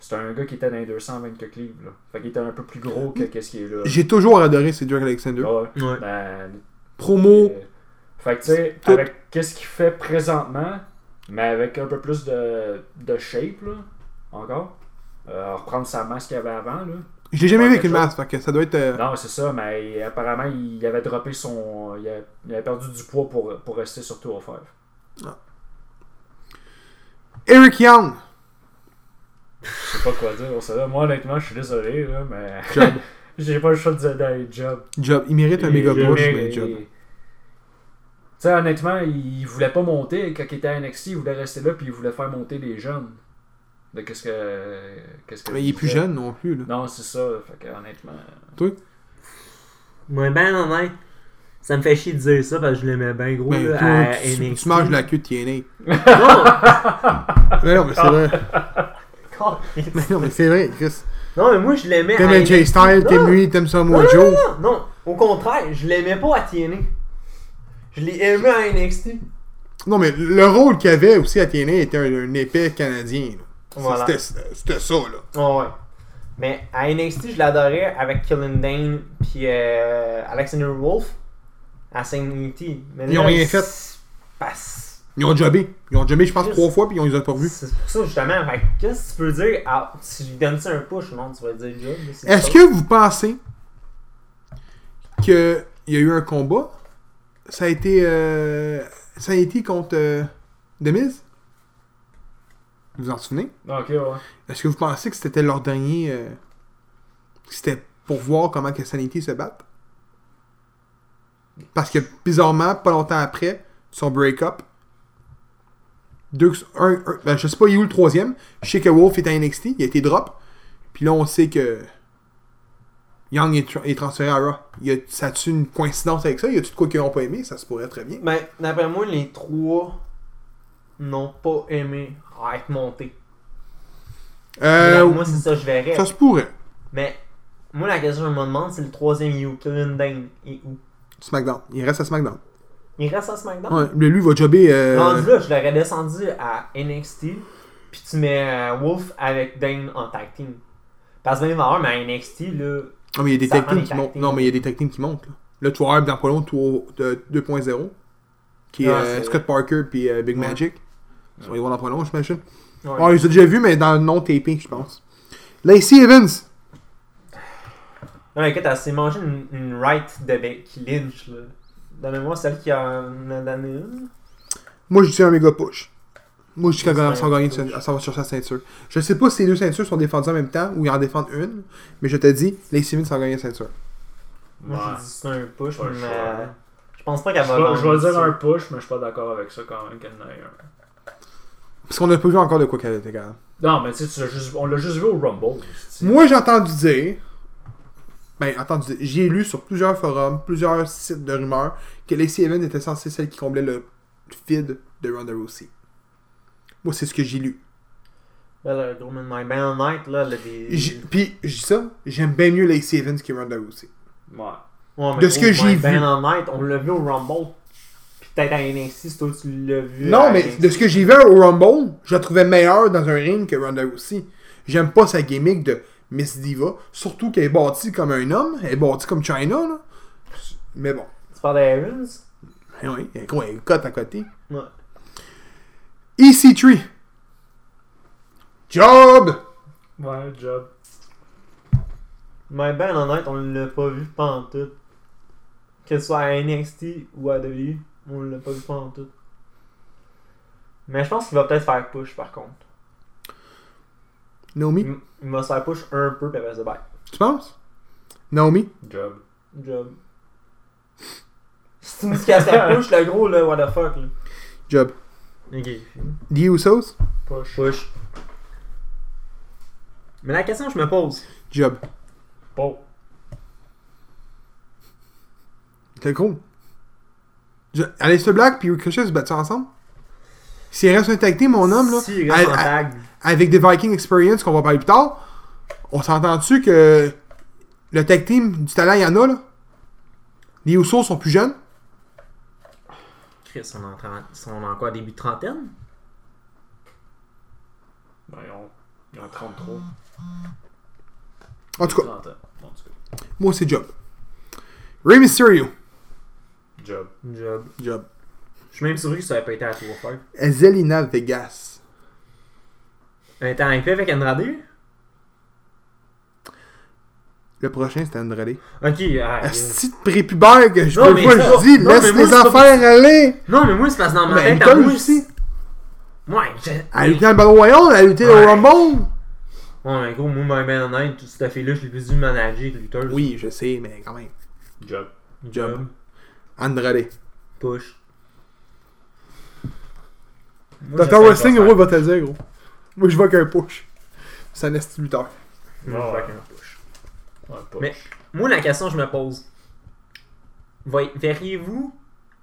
Speaker 3: C'était un gars qui était dans les 224 livres. Là. Fait qu'il était un peu plus gros que qu'est-ce qui est là. Ah
Speaker 1: J'ai toujours adoré Cedric Alexander.
Speaker 3: Ouais.
Speaker 4: Ouais.
Speaker 3: Ben,
Speaker 1: Promo,
Speaker 3: euh, fait que tu sais,
Speaker 1: Tout.
Speaker 3: avec qu'est-ce qu'il fait présentement, mais avec un peu plus de, de shape, là, encore. Euh, reprendre sa masse qu'il avait avant, là.
Speaker 1: je l'ai jamais
Speaker 3: Ouais,
Speaker 1: vu avec une
Speaker 3: quelque
Speaker 1: masse, fait que ça doit être. euh,
Speaker 3: Non, c'est ça, mais il- apparemment, il avait droppé son. Il avait, il avait perdu du poids pour, pour rester sur Tour 5.
Speaker 1: Eric Young,
Speaker 3: Je sais pas quoi dire, on sait là. Moi, honnêtement, je suis désolé, là, mais.
Speaker 1: Job.
Speaker 3: J'ai pas le choix de d'aller job.
Speaker 1: job. Il mérite un
Speaker 3: Et
Speaker 1: méga
Speaker 3: je-
Speaker 1: push,
Speaker 3: et-
Speaker 1: mais job.
Speaker 3: Tu sais, honnêtement, il voulait pas monter. Quand il était à NXT, il voulait rester là, puis il voulait faire monter les jeunes. De qu'est-ce que. Qu'est-ce que.
Speaker 1: Mais il est plus
Speaker 3: disait.
Speaker 1: jeune non plus, là.
Speaker 3: Non, c'est ça, fait que, honnêtement.
Speaker 4: Moi, ben honnête, ça me fait chier de dire ça parce que je l'aimais bien gros.
Speaker 1: Mais
Speaker 4: là,
Speaker 1: Ben,
Speaker 2: euh,
Speaker 4: à
Speaker 1: toi, tu,
Speaker 4: NXT.
Speaker 1: tu manges la queue de TNA.
Speaker 4: Non,
Speaker 1: Mais non, mais c'est vrai. Mais non, mais c'est vrai, Chris.
Speaker 4: non, mais moi, je l'aimais. à
Speaker 2: Ah,
Speaker 1: T'aimes le
Speaker 4: NXT.
Speaker 1: J-Style,
Speaker 4: Non,
Speaker 1: t'aimes lui, t'aimes Samoa
Speaker 4: non,
Speaker 1: Joe.
Speaker 4: non, non, non.
Speaker 2: Au contraire, je l'aimais pas à TNA. Je l'ai aimé à NXT.
Speaker 1: Non, mais le rôle qu'il avait aussi à TNA était un, un épais canadien. là. Ça,
Speaker 2: Voilà.
Speaker 1: c'était- C'était c'était ça, là.
Speaker 2: Ah Ouais, ouais. Mais à NXT, je l'adorais avec Killing Dane puis euh, Alexander Wolf à Sanity. Mais
Speaker 1: Ils
Speaker 2: là,
Speaker 1: ont rien
Speaker 2: il
Speaker 1: fait.
Speaker 2: se passe-
Speaker 1: Ils ont jobé. Ils ont jobé, je pense,
Speaker 2: Chris.
Speaker 1: trois fois, puis ils les ont pas revus.
Speaker 2: C'est pour ça, justement. Fait que qu'est-ce que tu peux dire à- Si je lui donne ça un push, non, tu vas dire le job. mais c'est
Speaker 1: Est-ce
Speaker 2: ça.
Speaker 1: que vous pensez qu'il y a eu un combat Ça a été. euh, ça a été contre euh, The Miz Vous vous en souvenez
Speaker 3: Ok, ouais.
Speaker 1: Est-ce que vous pensez que c'était leur dernier. euh, que c'était pour voir comment que Sanity se batte Parce que bizarrement, pas longtemps après, son break-up. Deux, un, un- ben, je sais pas, il est où le troisième Je sais que Wolf est à NXT, il a été drop. Puis là, on sait que. Young est, tra- est transféré à Raw. Il Y a, ça a-tu une coïncidence avec ça Y a-tu de quoi qu'ils n'ont pas aimé Ça se pourrait très bien.
Speaker 2: Ben, d'après moi, les trois n'ont pas aimé être montés.
Speaker 1: Euh,
Speaker 2: moi, c'est ça, je verrais.
Speaker 1: ça se pourrait.
Speaker 2: Mais moi, la question que je me demande, c'est le troisième, il est où Killing Dane est où
Speaker 1: SmackDown. Il reste à SmackDown.
Speaker 2: Il reste à SmackDown
Speaker 1: Ouais, mais lui, il va jobber. euh,
Speaker 2: Rendu là, je l'aurais descendu à NXT, puis tu mets euh, Wolf avec Dane en tag team. Parce que même valeur, mais à NXT, là,
Speaker 1: Non, Ah, mais il y a des
Speaker 2: Ça
Speaker 1: tag
Speaker 2: prend
Speaker 1: teams
Speaker 2: des
Speaker 1: qui
Speaker 2: tag
Speaker 1: montent.
Speaker 2: teams.
Speaker 1: Non, mais il y a des tag teams qui montent. Là, là tu vas avoir dans pas long tour de 2.0, qui est
Speaker 2: Ouais,
Speaker 1: euh,
Speaker 2: Ah, c'est-
Speaker 1: Scott Parker puis euh, Big
Speaker 2: Ouais.
Speaker 1: Magic. Ils vont dans pas long, j'imagine.
Speaker 2: ouais.
Speaker 1: Oh, ils ont déjà vu, mais dans le non-taping, je pense. Lacey Evans.
Speaker 2: Non, mais écoute, elle s'est mangée une, une right de Becky Lynch, là. Donnez-moi celle qui en a donné une.
Speaker 1: Moi, je dis un méga push. Moi, je dis qu'elle
Speaker 2: C'est
Speaker 1: va
Speaker 2: un
Speaker 1: gagner,
Speaker 2: push.
Speaker 1: elle s'en va chercher sa ceinture. Je sais pas si les deux ceintures sont défendues en même temps ou ils en défendent une, mais je te dis, Lacey Evans s'en gagner la ceinture.
Speaker 2: Moi,
Speaker 3: Ouais.
Speaker 2: je dis c'est un push,
Speaker 3: Pas le
Speaker 2: mais
Speaker 3: choix,
Speaker 2: euh,
Speaker 3: hein.
Speaker 2: je pense pas
Speaker 3: Je
Speaker 2: qu'elle va
Speaker 3: vais- je vais
Speaker 2: gagner
Speaker 3: dire
Speaker 2: ça.
Speaker 3: un push, mais je suis pas d'accord avec ça quand même qu'il y en ait un.
Speaker 1: Parce qu'on n'a pas vu encore de quoi qu'elle était, quand même.
Speaker 3: Non, mais tu sais, tu l'as juste- on l'a juste vu au Rumble. c'est-
Speaker 1: Moi, j'ai entendu dire. Ben, entendu dire. J'ai lu sur plusieurs forums, plusieurs sites de rumeurs que Lacey Evans était censée celle qui comblait le vide de Ronda Rousey. Moi, c'est ce que j'ai lu.
Speaker 2: Là, le gros man, my band night, là, elle a des...
Speaker 1: J'ai- Puis, je dis ça, j'aime bien mieux Lacey Evans que Ronda Rousey.
Speaker 3: Ouais.
Speaker 2: Ouais, mais
Speaker 1: de ce
Speaker 2: gros,
Speaker 1: que j'ai
Speaker 2: My
Speaker 1: vu.
Speaker 2: Band night, on l'a vu au Rumble. Puis peut-être à NXT, si toi, tu l'as vu
Speaker 1: non,
Speaker 2: à
Speaker 1: mais
Speaker 2: NXT.
Speaker 1: de ce que j'ai vu au Rumble, je la trouvais meilleure dans un ring que Ronda Rousey. J'aime pas sa gimmick de Miss Diva, surtout qu'elle est bâtie comme un homme, elle est bâtie comme China, là. Mais bon,
Speaker 2: Tu parles d'Aarons?
Speaker 1: Eh oui, elle est gros, elle est cote à côté.
Speaker 2: Ouais.
Speaker 1: EC3. Job!
Speaker 3: Ouais, job.
Speaker 2: Mais ben honnête, on l'a pas vu pantoute. Que ce soit à NXT ou à WWE, on l'a pas vu pantoute. Mais je pense qu'il va peut-être faire push par contre.
Speaker 1: Naomi,
Speaker 2: Il, il va se faire push un peu puis après ça bye.
Speaker 1: tu penses? Naomi?
Speaker 3: Job.
Speaker 2: Job. Si tu me dis qu'elle se fait push, le gros là, what the fuck là.
Speaker 1: Job.
Speaker 4: Ok.
Speaker 1: The Usos?
Speaker 3: Push.
Speaker 2: Push.
Speaker 4: Mais la question que je me pose,
Speaker 1: Job.
Speaker 3: Bon.
Speaker 1: T'es gros. Je- Aleister Black puis Ricochet se battent ensemble. S'ils restent intactés, mon homme, là,
Speaker 2: S'il reste
Speaker 1: à-
Speaker 2: en
Speaker 1: à-
Speaker 2: tag,
Speaker 1: avec des Viking Experience qu'on va parler plus tard, on s'entend-tu que le tag team du talent, il y en a, là? Les Usos sont plus jeunes.
Speaker 2: Chris, on est en, trente- sont en quoi, début de trentaine?
Speaker 8: Ben, ils ont, ils ont 33.
Speaker 1: En tout cas,
Speaker 8: 30 ans. En tout cas.
Speaker 1: moi, c'est Job. Rey Mysterio.
Speaker 8: Job.
Speaker 2: Job.
Speaker 1: Job.
Speaker 2: Je suis même sûr que ça aurait pas été à Tour faire.
Speaker 1: Zelina Vegas.
Speaker 2: Elle était en MP avec Andrade?
Speaker 1: Le prochain, c'était Andrade.
Speaker 2: Ok, ah,
Speaker 1: Asti de prépubère que je
Speaker 2: Non,
Speaker 1: peux
Speaker 2: mais
Speaker 1: pas
Speaker 2: ça-
Speaker 1: le dis,
Speaker 2: non, mais
Speaker 1: laisse
Speaker 2: moi,
Speaker 1: les
Speaker 2: c'est pas-
Speaker 1: affaires aller!
Speaker 2: Non, mais moi, c'est parce que dans ma
Speaker 1: Mais elle
Speaker 2: tête, à
Speaker 1: lutte
Speaker 2: moi,
Speaker 1: Ben, aussi. Ah,
Speaker 2: Ouais, j'ai-
Speaker 1: Elle a lutté dans le Battle Royale, elle a lutté
Speaker 2: Ouais.
Speaker 1: au Rumble!
Speaker 2: Ouais, mais gros, moi, ma ben honnête, toute cette fille-là, je l'ai plus dû manager que lutteuse.
Speaker 1: Oui, je sais, mais quand même.
Speaker 8: Job.
Speaker 1: Job. Andrade.
Speaker 2: Push. Moi,
Speaker 1: Docteur
Speaker 2: j'essaie
Speaker 1: Wrestling,
Speaker 2: de
Speaker 1: gros, il va te le dire, gros. Moi, je vois qu'un push. C'est un esti de lutteur.
Speaker 2: faire. Moi, je vais avec un push.
Speaker 8: Ouais, pas.
Speaker 2: Mais- Moi, la question que je me pose, voy- verriez-vous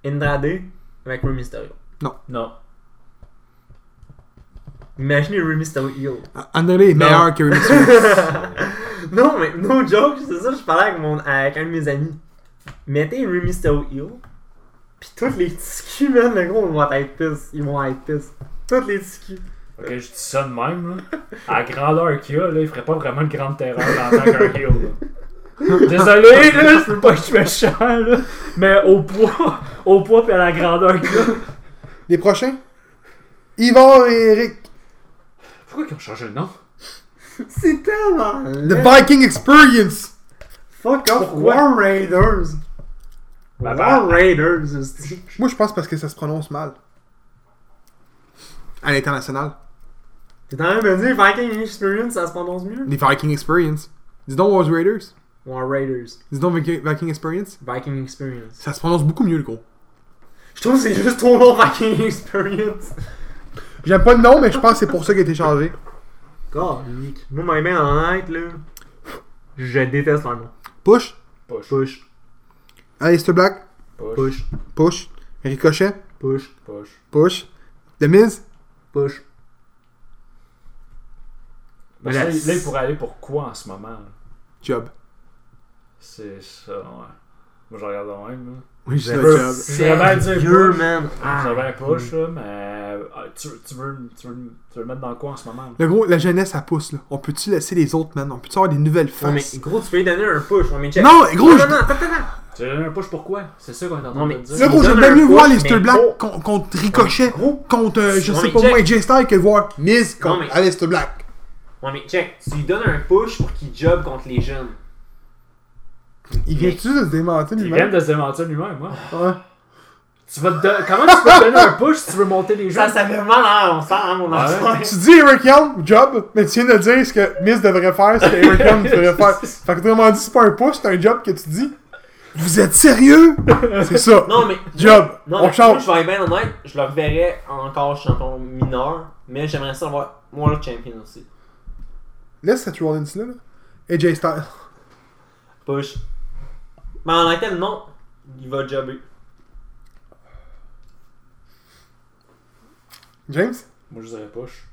Speaker 2: Andrade avec Rey Mysterio?
Speaker 3: Non.
Speaker 2: Imaginez Rey Mysterio.
Speaker 1: Ah, Andrade est
Speaker 2: Non.
Speaker 1: meilleur que Rey Mysterio.
Speaker 2: non, mais no joke, c'est ça, je parlais avec, mon, avec un de mes amis. Mettez Rey Mysterio heel, pis toutes les tissus, man, le gros, ils vont être pisses. Ils vont être pisses. Toutes les tissus.
Speaker 3: Ok, je dis ça de même. Là. À la grandeur qu'il a, là, il ferait pas vraiment de grande terreur en tant qu'un heel. là. Désolé, là, c'est pas que je suis méchant, là, mais au poids, au poids pis à la grandeur qu'il a.
Speaker 1: Les prochains? Yvon et Eric.
Speaker 3: Pourquoi ils ont changé le nom?
Speaker 2: C'est tellement.
Speaker 1: The Viking Experience!
Speaker 2: Fuck off,
Speaker 3: Pourquoi?
Speaker 2: War Raiders!
Speaker 3: Bah,
Speaker 2: War
Speaker 3: bah.
Speaker 2: Raiders, c'est-
Speaker 1: Moi, je pense parce que ça se prononce mal. À l'international.
Speaker 2: T'es en train de me dire Viking Experience, ça se prononce mieux?
Speaker 1: Les Viking Experience. Dis donc Wars Raiders.
Speaker 2: War Raiders.
Speaker 1: Dis donc Viking Viking Experience.
Speaker 2: Viking Experience.
Speaker 1: Ça se prononce beaucoup mieux, le gros.
Speaker 2: Je trouve que c'est juste trop long, Viking Experience.
Speaker 1: J'aime pas le nom, mais je pense que c'est pour ça qu'il a été changé.
Speaker 2: God, Nick. Moi, ma main en tête, là. Je déteste leur nom.
Speaker 1: Push.
Speaker 8: Push.
Speaker 2: Push,
Speaker 1: Aleister Black.
Speaker 8: Push.
Speaker 2: push,
Speaker 1: Push. Ricochet.
Speaker 2: push,
Speaker 8: Push.
Speaker 1: Push. The Miz.
Speaker 2: push.
Speaker 3: Mais là, il- là, il pourrait aller pour quoi en ce moment? là?
Speaker 1: Job.
Speaker 8: C'est ça, ouais. Moi, je regarde de même, là.
Speaker 1: Oui, je sais,
Speaker 2: Push.
Speaker 1: Job.
Speaker 3: C'est vraiment dire
Speaker 2: Sérieux,
Speaker 3: push.
Speaker 2: man.
Speaker 3: Ça
Speaker 2: Ah.
Speaker 3: va un push, là, mais euh, ah, tu, tu veux, tu, veux, tu veux le mettre dans quoi en ce moment? là?
Speaker 1: Le gros, la jeunesse, ça pousse, là. On peut-tu laisser les autres, man? On peut-tu avoir des nouvelles
Speaker 2: Ouais, mais
Speaker 1: faces?
Speaker 2: gros, tu peux lui donner un push. Ouais, mais check.
Speaker 1: Non, gros,
Speaker 2: non,
Speaker 1: je-
Speaker 2: non, non, attends, attends.
Speaker 3: Tu veux donner un push pourquoi? C'est ça qu'on est en train
Speaker 2: Non, mais-
Speaker 3: de
Speaker 1: Là,
Speaker 3: dire.
Speaker 1: gros,
Speaker 2: Il
Speaker 1: j'aime
Speaker 2: donne
Speaker 1: bien
Speaker 2: un
Speaker 1: mieux
Speaker 2: push,
Speaker 1: voir les
Speaker 2: mais
Speaker 1: Star Black
Speaker 2: gros.
Speaker 1: con- contre Ricochet,
Speaker 2: Gros.
Speaker 1: contre, euh, je
Speaker 2: Non,
Speaker 1: sais
Speaker 2: mais
Speaker 1: pas
Speaker 2: check.
Speaker 1: moi, Jay Styles que voir Miz
Speaker 2: Non,
Speaker 1: contre
Speaker 2: mais-
Speaker 1: Aleister Black.
Speaker 2: Ouais, mais check. Tu lui donnes un push pour qu'il job contre les jeunes.
Speaker 1: Il vient-tu de se démentir
Speaker 3: Il vient
Speaker 1: lui-même?
Speaker 3: de se démentir lui-même, moi.
Speaker 1: Ouais.
Speaker 3: Tu vas te don- Comment tu peux te donner un push si tu veux monter les gens?
Speaker 2: Ça, ça fait mal, hein, on sent, hein, mon
Speaker 3: Ah ouais?
Speaker 2: enfant.
Speaker 1: Tu dis Eric Young, job, mais tu viens de dire ce que Miz devrait faire, ce que Eric Young devrait faire. Fait que autrement dit, c'est pas un push, c'est un job que tu dis. Vous êtes sérieux? C'est ça.
Speaker 2: Non, mais.
Speaker 1: Job,
Speaker 2: Non,
Speaker 1: on
Speaker 2: mais moi,
Speaker 1: change.
Speaker 2: je vais être bien honnête, je le reverrai encore champion mineur, mais j'aimerais ça avoir World Champion aussi.
Speaker 1: Laisse cette Rollins là, là. Et Jay Styles.
Speaker 2: Push. Mais en laquelle, non, il va jobber.
Speaker 1: James?
Speaker 3: Moi, je dirais push.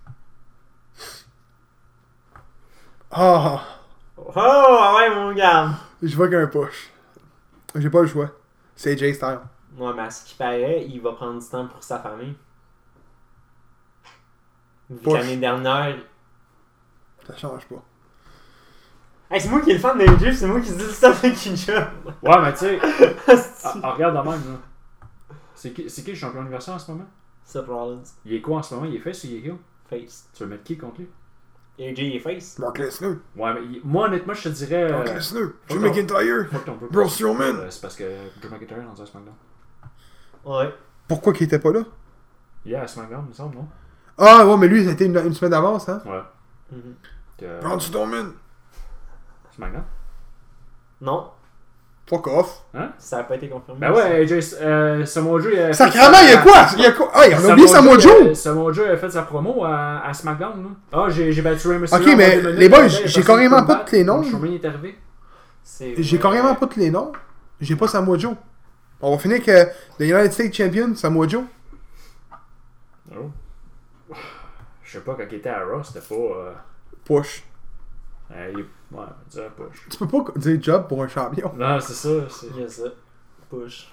Speaker 1: Ah,
Speaker 2: Oh, ah ouais, mon gars!
Speaker 1: je vois qu'il y a un push. J'ai pas le choix. C'est Jay Styles.
Speaker 2: Ouais, mais à ce qui paraît, il va prendre du temps pour sa famille. Vu que
Speaker 1: Push.
Speaker 2: L'année dernière.
Speaker 1: Ça change pas.
Speaker 2: Hey, c'est moi qui ai le fan de MJ, c'est moi qui dis ça fait qu'il job.
Speaker 3: Ouais, mais tu sais, ah,
Speaker 2: Asti.
Speaker 3: ah, regarde de même, là. C'est qui, c'est qui le champion universel en ce moment?
Speaker 2: Seth Rollins,
Speaker 3: Il est quoi en ce moment? Il est face ou il est heel?
Speaker 2: face.
Speaker 3: Tu veux mettre qui contre lui?
Speaker 2: AJ est face.
Speaker 1: Mark Lesnar.
Speaker 3: Ouais, mais il- moi, honnêtement, je te dirais.
Speaker 1: Mark
Speaker 3: Euh,
Speaker 1: Lesnar.
Speaker 2: Oh
Speaker 1: Drew
Speaker 3: encore.
Speaker 1: McIntyre.
Speaker 3: fuck ton peu.
Speaker 1: Braun Strowman.
Speaker 3: Euh, c'est parce que Drew McIntyre est dans un SmackDown.
Speaker 2: Ouais.
Speaker 1: Pourquoi qu'il était pas là?
Speaker 3: Il est à SmackDown, il me semble, non?
Speaker 1: Ah ouais, mais lui, ça a été une, une semaine d'avance, hein?
Speaker 3: Ouais.
Speaker 2: Mhm.
Speaker 3: Euh,
Speaker 1: Braun Strowman.
Speaker 3: SmackDown?
Speaker 2: Non,
Speaker 1: Fuck off.
Speaker 2: ça a pas été confirmé.
Speaker 3: Ben ouais, AJ, euh, Samoa Joe, il a fait
Speaker 1: Sacrement,
Speaker 3: sa-
Speaker 1: il y a quoi? Il y a quoi? Ah, on a oublié Samoa Joe!
Speaker 3: euh, Samoa Joe a fait sa promo à, à SmackDown, là. Ah, j'ai j'ai battu Rey Mysterio.
Speaker 1: Ok,
Speaker 3: en
Speaker 1: mais
Speaker 3: deux minutes,
Speaker 1: les boys,
Speaker 3: après,
Speaker 1: j'ai
Speaker 3: personne
Speaker 1: carrément
Speaker 3: peut me
Speaker 1: pas
Speaker 3: battre.
Speaker 1: tous les noms.
Speaker 3: Strowman est arrivé.
Speaker 2: C'est
Speaker 1: J'ai
Speaker 2: vrai.
Speaker 1: carrément pas tous les noms. J'ai pas Samoa Joe. On va finir que le United States Champion, Samoa Joe.
Speaker 3: Oh. Je sais pas, quand il était à Raw, c'était pas. euh,
Speaker 1: Push.
Speaker 3: euh, il- Ouais, on dirait push.
Speaker 1: Tu peux pas dire job pour un champion.
Speaker 3: Non, c'est ça, c'est
Speaker 2: Yes, sir. Push.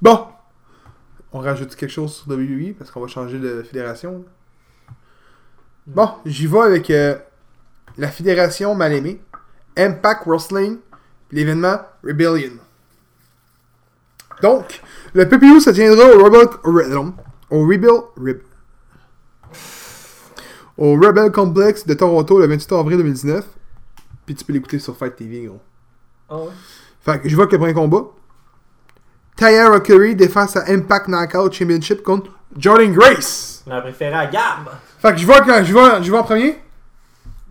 Speaker 1: Bon! On rajoute quelque chose sur WWE parce qu'on va changer de fédération. Bon, j'y vais avec euh, la fédération mal aimée, Impact Wrestling, puis l'événement Rebellion. Donc, le PPU se tiendra au Rebel, Re- non, au Rebel, Reb- au Rebel Complex de Toronto le 28 avril 2019. Puis tu peux l'écouter sur Fight TV, gros.
Speaker 2: Ah ouais?
Speaker 1: Fait que je vois que le premier combat. Tyara Curry défend sa Impact Knockout Championship contre Jordan Grace.
Speaker 2: La préférée à Gab!
Speaker 1: Fait que je vois que je vois, je vois en premier.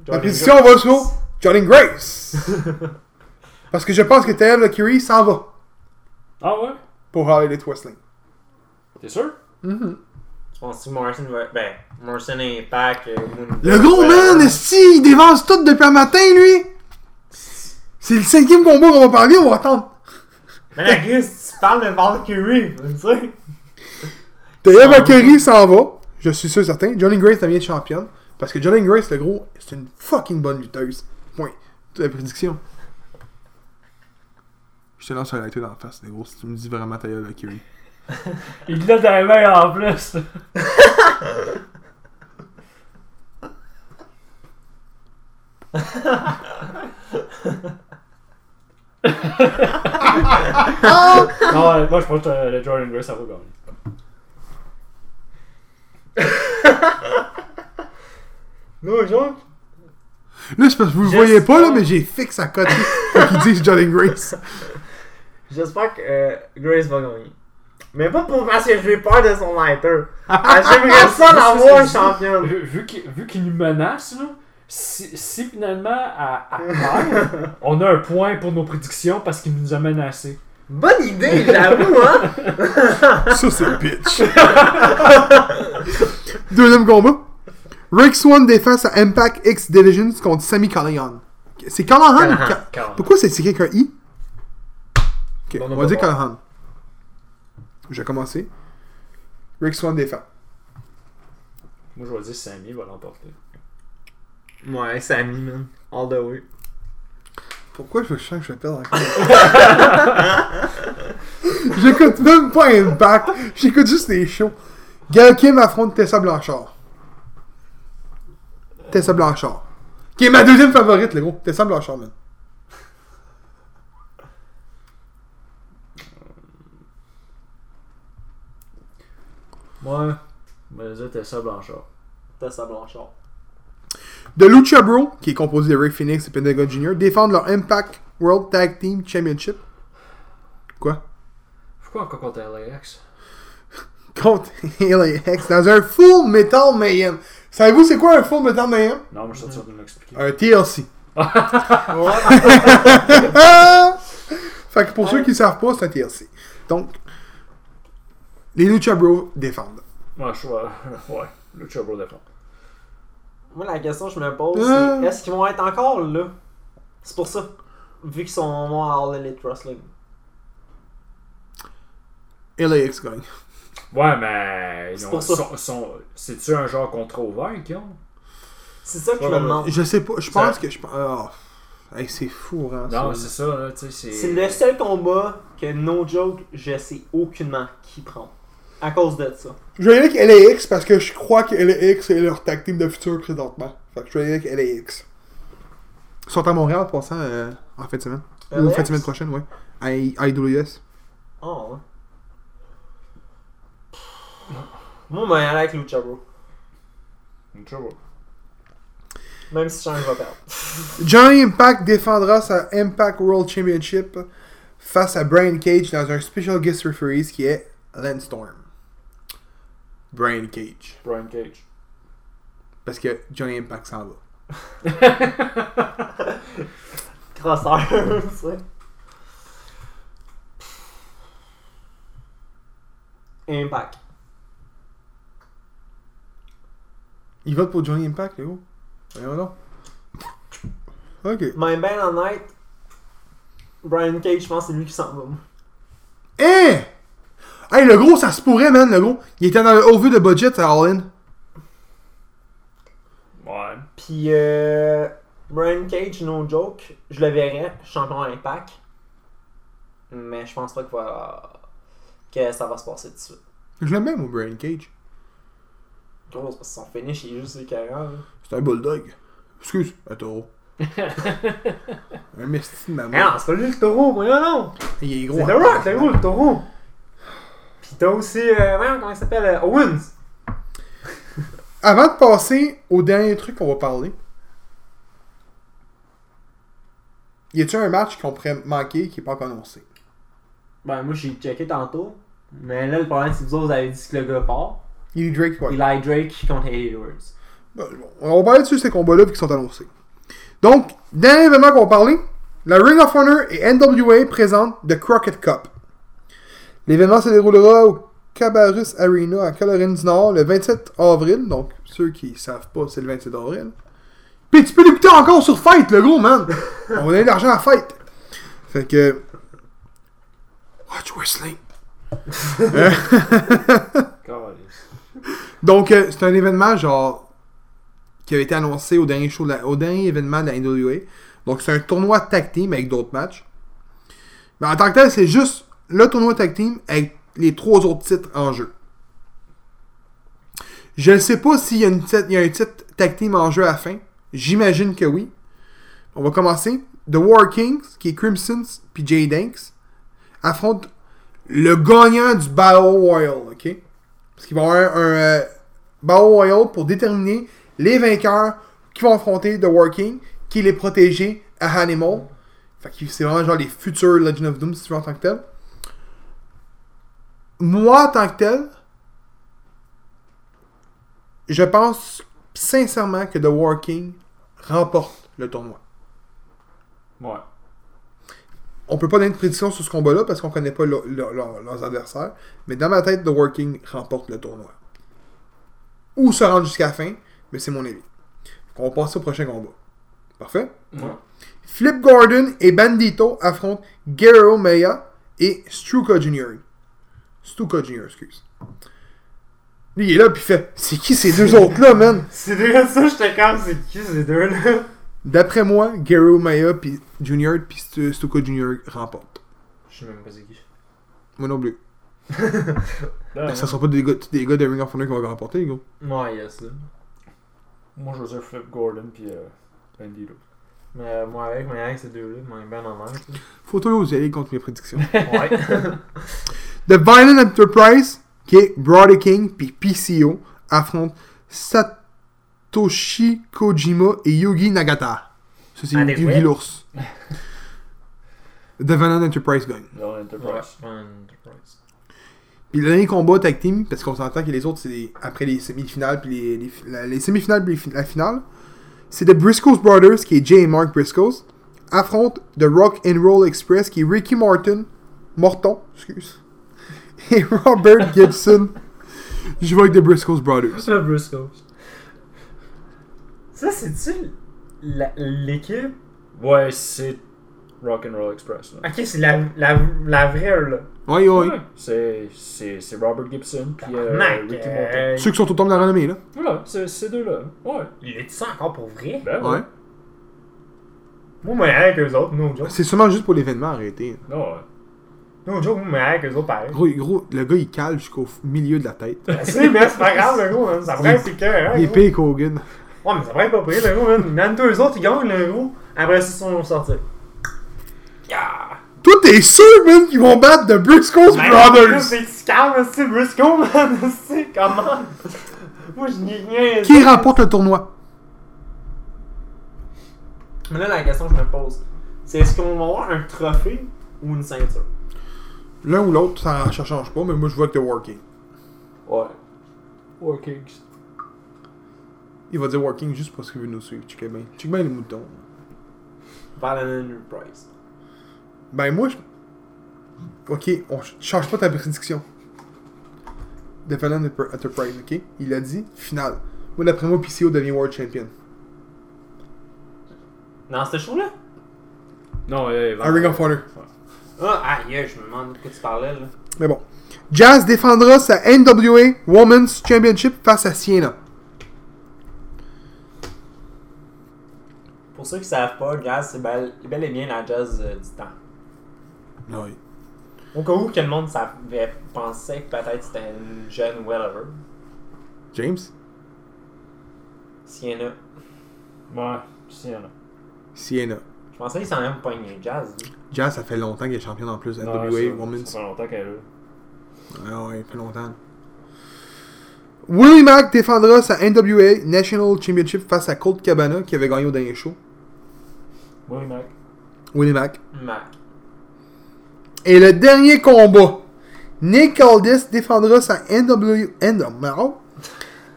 Speaker 1: La prédiction va sur Jordan Grace. Parce que je pense que Tyara Curry s'en va
Speaker 3: Ah ouais?
Speaker 1: pour Harley Wrestling.
Speaker 3: T'es sûr?
Speaker 2: Je pense que Morrison va. Ben, Morrison et Pac. euh, Moon-
Speaker 1: Le gros
Speaker 2: Ouais.
Speaker 1: man, esti, il dévance tout depuis le matin, lui. C'est le cinquième combat qu'on va parler, on va attendre.
Speaker 2: Mais la Gus, tu parles de Valkyrie, tu sais.
Speaker 1: Tyra Curry s'en va. Je suis sûr certain. Jordan Grace devient championne. Parce que Jordan Grace, le gros, c'est une fucking bonne lutteuse. Point. Toute la prédiction. Je te lance un lighter dans la face, le gros, si tu me dis vraiment Tyra Curry.
Speaker 3: Il l'a dans les mains en plus! non, ouais, moi je pense que euh, le Jordan Grace, ça va gagner.
Speaker 2: Non, genre.
Speaker 1: Là, c'est parce que vous le
Speaker 2: Je
Speaker 1: voyez
Speaker 2: sais
Speaker 1: pas, là,
Speaker 2: pas.
Speaker 1: mais j'ai fixe à côté pour qu'ils disent Jordan Grace.
Speaker 2: J'espère que euh, Grace va gagner. Mais pas pour parce que j'ai peur de son lighter. Ah, J'aimerais ça l'avoir championne.
Speaker 3: Vu, vu qu'il vu qu'il nous menace, là, si, si finalement à, à perd, on a un point pour nos prédictions parce qu'il nous a menacés.
Speaker 2: Bonne idée, j'avoue, hein.
Speaker 1: Ça, c'est bitch. Deuxième combat. Rick Swan défend sa Impact X Divisions contre Sammy Callahan. C'est Callahan ou Ca- Pourquoi c'est écrit avec un I Ok, on
Speaker 2: Bon, on
Speaker 1: va
Speaker 2: va
Speaker 1: dire
Speaker 2: voir.
Speaker 1: Callahan. Je vais commencer. Rick Swan défend.
Speaker 3: Moi je vais dire Sammy va l'emporter.
Speaker 4: Ouais, Sammy, man. All the way.
Speaker 1: Pourquoi je sens que je vais perdre encore J'écoute même pas Impact. J'écoute juste les shows. Gail Kim affronte Tessa Blanchard. Tessa Blanchard. Qui est ma deuxième favorite, le gros. Tessa Blanchard, man.
Speaker 3: Ouais. Mais là, t'es ça Blanchard.
Speaker 2: T'as ça, Blanchard.
Speaker 1: The Lucha Bro, qui est composé de Ray Phoenix et Pentagon Jr., défendent leur Impact World Tag Team Championship. Quoi?
Speaker 3: Pourquoi encore contre LAX?
Speaker 1: Contre LAX dans un Full Metal Mayhem. Savez-vous c'est quoi un Full Metal Mayhem?
Speaker 3: Non, mais je suis en train de me l'expliquer.
Speaker 1: Un TLC. fait que pour ceux qui ne savent pas, c'est un TLC. Donc, les Lucha Bros défendent.
Speaker 3: Ouais, je suis. Ouais, le Trouble défend.
Speaker 2: Moi, la question que je me pose,
Speaker 1: Euh.
Speaker 2: c'est est-ce qu'ils vont être encore là C'est pour ça. Vu qu'ils sont à All Elite Wrestling.
Speaker 1: LAX gagne.
Speaker 3: Ouais, mais. Ils
Speaker 2: C'est
Speaker 3: ont,
Speaker 2: pour ça.
Speaker 3: sont, sont- C'est-tu un genre contre ouvert qu'ils ont
Speaker 2: C'est ça que je
Speaker 3: Ouais,
Speaker 2: me
Speaker 3: ouais.
Speaker 2: demande.
Speaker 1: Je sais pas, je pense
Speaker 3: Ça-
Speaker 1: que je pense. ah, hey, c'est fou, hein.
Speaker 3: Non,
Speaker 1: ça.
Speaker 3: c'est ça, là, tu sais. c'est-
Speaker 2: C'est le seul combat que, no joke, je sais aucunement qui prend. À cause de ça.
Speaker 1: Je vais y aller avec LAX parce que je crois que LAX est leur tag team de futur présentement. Fait que je vais y aller avec LAX. Ils sont à Montréal en passant euh, en fin de semaine. Ou en fin de
Speaker 2: LAX?
Speaker 1: semaine prochaine, ouais. À à IWS.
Speaker 2: Oh, ouais. Moi, ben, aller avec Lucha Bro.
Speaker 3: Le Trouble.
Speaker 2: Même si Shane va perdre.
Speaker 1: Johnny Impact défendra sa Impact World Championship face à Brian Cage dans un special guest referees qui est Lance Storm. Brian Cage.
Speaker 3: Brian Cage.
Speaker 1: Parce que Johnny Impact s'en va.
Speaker 2: Crosseur, tu sais. Impact.
Speaker 1: Il vote pour Johnny Impact, Léo. Voyons donc. Ok.
Speaker 2: Mais ben honnête, Brian Cage, je pense que c'est lui qui s'en va. moi.
Speaker 1: Hein? Hey, le gros, ça se pourrait, man, le gros. Il était dans le haut vu de budget à All In.
Speaker 9: Ouais.
Speaker 2: Puis euh, Brian Cage, no joke, je le verrais, champion à Impact. Mais je pense pas que, va- que ça va se passer tout de suite.
Speaker 1: Je l'aime bien, mon Brian Cage.
Speaker 2: Gros, parce que son finish il est juste écœurant. là.
Speaker 1: C'est un bulldog. Excuse, un taureau. un mystique de
Speaker 4: Ah
Speaker 1: maman.
Speaker 4: non, c'est pas lui le taureau, voyons non!
Speaker 1: Il est gros.
Speaker 4: C'est
Speaker 1: en
Speaker 4: The Rock, le
Speaker 1: tabarnak.
Speaker 4: gros, le taureau!
Speaker 2: Pis t'as aussi, euh, voyons, comment il s'appelle euh, Owens.
Speaker 1: Avant de passer au dernier truc qu'on va parler, y a-tu un match qu'on pourrait manquer qui n'est pas encore annoncé
Speaker 4: Ben, moi, j'ai checké tantôt. Mais là, le problème, c'est que vous autres, vous avez dit que le gars part.
Speaker 1: Il est Drake, ouais.
Speaker 4: Eli Drake contre Eddie Edwards.
Speaker 1: Bon, bon, On va parler dessus ces combats-là puis qui sont annoncés. Donc, dernier événement qu'on va parler, la Ring of Honor et NWA présentent The Crockett Cup. L'événement se déroulera au Cabarrus Arena à Colorado du Nord le 27 avril. Donc, ceux qui savent pas, c'est le 27 avril. Puis tu peux l'écouter encore sur Fight, le gros, man! On va donner de l'argent à Fight. Fait que... Watch Wrestling.
Speaker 9: Calice.
Speaker 1: Donc, euh, c'est un événement, genre, qui avait été annoncé au dernier, show de la- au dernier événement de la NWA. Donc, c'est un tournoi tag team avec d'autres matchs. Mais en tant que tel, c'est juste le tournoi tag team avec les trois autres titres en jeu. Je ne sais pas s'il y, a une tit- il y a un titre tag team en jeu à la fin. J'imagine que oui. On va commencer. The War Kings, qui est Crimson puis Jay Danks, affrontent le gagnant du Battle Royal, ok? Parce qu'il va y avoir un, un, euh, Battle Royale pour déterminer les vainqueurs qui vont affronter The Working, qui est les protégés à Animal. Fait que c'est vraiment genre les futurs Legend of Doom, si tu veux, en tant que tel. Moi, en tant que tel, je pense sincèrement que The Working remporte le tournoi.
Speaker 9: Ouais.
Speaker 1: On peut pas donner de prédiction sur ce combat-là parce qu'on connaît pas leur- leur- leur- leurs adversaires. Mais dans ma tête, The Working remporte le tournoi. Ou se rendre jusqu'à la fin, mais c'est mon avis. Donc, on va passer au prochain combat. Parfait?
Speaker 9: Ouais.
Speaker 1: Flip Gordon et Bandito affrontent Guerrero Maya et Struka Jr. Stuka Jr., excuse. Lui, il est là, puis il fait C'est qui ces deux autres-là, man
Speaker 4: C'est déjà ça, j'étais comme, c'est qui ces deux-là?
Speaker 1: D'après moi, Guerrero Maya puis Jr. puis Stu- Stuka Jr. remportent.
Speaker 2: Je sais même pas c'est qui.
Speaker 1: Moi non plus.
Speaker 4: Ah,
Speaker 3: Là,
Speaker 1: Ça sera pas des gars, des gars de Ring of Honor qui vont remporter, les gars.
Speaker 2: Ouais, yes. là.
Speaker 3: Moi, je veux dire Flip Gordon puis euh, Bandito.
Speaker 2: Mais euh, moi avec, mais avec ces deux-là, moi, ben en manque.
Speaker 1: Faut toujours vous y aller contre mes prédictions.
Speaker 2: Ouais.
Speaker 1: The Violent Enterprise, qui est Brody King puis PCO, affrontent Satoshi Kojima et Yugi Nagata. Ça, c'est
Speaker 4: Ah, des
Speaker 1: Yugi
Speaker 4: webs.
Speaker 1: l'ours. The Violent Enterprise gagne.
Speaker 9: Dans
Speaker 2: ouais.
Speaker 9: l'Enterprise.
Speaker 2: Enterprise.
Speaker 1: Puis le dernier combat tag team, parce qu'on s'entend que les autres, c'est les- après les sémifinales, puis les, les, la- les sémifinales, puis les fi- la finale, c'est The Briscoes Brothers, qui est Jay et Mark Briscoes, affrontent The Rock and Roll Express, qui est Ricky Martin, Morton, excuse, et Robert Gibson. Je vois avec The Briscoes Brothers.
Speaker 3: le Briscoe.
Speaker 2: Ça, c'est-tu la- l'équipe
Speaker 3: Ouais, c'est Rock'n'Roll Express. Là.
Speaker 2: Ok, c'est la, la, la vraie, là.
Speaker 1: Ouais, ouais.
Speaker 3: Ouais, C'est, c'est, c'est Robert Gibson puis euh,
Speaker 2: Mec,
Speaker 3: Ricky Morton.
Speaker 2: euh,
Speaker 1: Ceux qui sont au temple de la renommée, là.
Speaker 3: Voilà, c'est ces deux-là. Ouais.
Speaker 2: il est-tu ça encore pour vrai?
Speaker 3: Ben ouais.
Speaker 1: Ouais.
Speaker 2: Moi, mais avec eux autres, no joke.
Speaker 1: C'est sûrement juste pour l'événement arrêté. hein.
Speaker 3: Non, ouais.
Speaker 2: No joke, moi, mais avec eux autres, pareil.
Speaker 1: Gros, gros, le gars, il cale jusqu'au milieu de la tête.
Speaker 2: C'est, mais c'est pas grave, le gros, hein. Ça prend, c'est que. Hein,
Speaker 1: Il est
Speaker 2: gros.
Speaker 1: pire qu'Hogan.
Speaker 2: Ouais, mais ça prend pas pris, le gros, man. Même deux autres, ils gagnent, le gros. Après, ça, ils sont sortis. Yeah!
Speaker 1: Toi, t'es sûr, man, qu'ils vont battre The Briscoes
Speaker 2: Ben, là,
Speaker 1: Brothers?
Speaker 2: C'est du calme, c'est Briscoe, man. C'est comment? Moi, je n'y rien.
Speaker 1: Qui remporte le tournoi?
Speaker 2: Mais là, la question que je me pose, c'est est-ce qu'on va avoir un trophée ou une ceinture?
Speaker 1: L'un ou l'autre, ça, ça change pas, mais moi je vois que t'es working.
Speaker 2: Ouais.
Speaker 3: Working.
Speaker 1: Il va dire working juste parce qu'il veut nous suivre. Check bien. Check bien les moutons.
Speaker 2: Valentine Enterprise.
Speaker 1: Ben moi, je... Ok, on ch- change pas ta prédiction. De Fallon Enter- Enterprise, ok? Il a dit, finale. Moi d'après moi, PCO devient World Champion.
Speaker 2: Dans ce show-là?
Speaker 3: Non, Ben ouais, ouais,
Speaker 1: Un Ring of Honor.
Speaker 2: Ah, aïe, je me demande de quoi tu parlais, là.
Speaker 1: Mais bon. Jazz défendra sa NWA Women's Championship face à Siena.
Speaker 2: Pour ceux qui savent pas, Jazz, c'est bel, bel et bien la Jazz euh, du temps.
Speaker 1: Oui.
Speaker 2: Au cas où que le monde savait, pensait que peut-être c'était une jeune ou whatever.
Speaker 1: James?
Speaker 2: Sienna.
Speaker 3: Ouais, si y'en a.
Speaker 1: Siena.
Speaker 2: Je pensais qu'il s'en allait me pogner Jazz. lui.
Speaker 1: Jazz, ça fait longtemps qu'elle est championne en
Speaker 3: Ah,
Speaker 1: plus. NWA
Speaker 3: ça-
Speaker 1: Women's.
Speaker 3: Ça fait longtemps qu'elle est là.
Speaker 1: Ah ouais, ça fait longtemps. Willie Mack défendra sa NWA National Championship face à Colt Cabana qui avait gagné au dernier show.
Speaker 3: Oui, mec.
Speaker 1: Willie Mack.
Speaker 2: Mac.
Speaker 1: Et le dernier combat. Nick Aldis défendra sa NW... NW...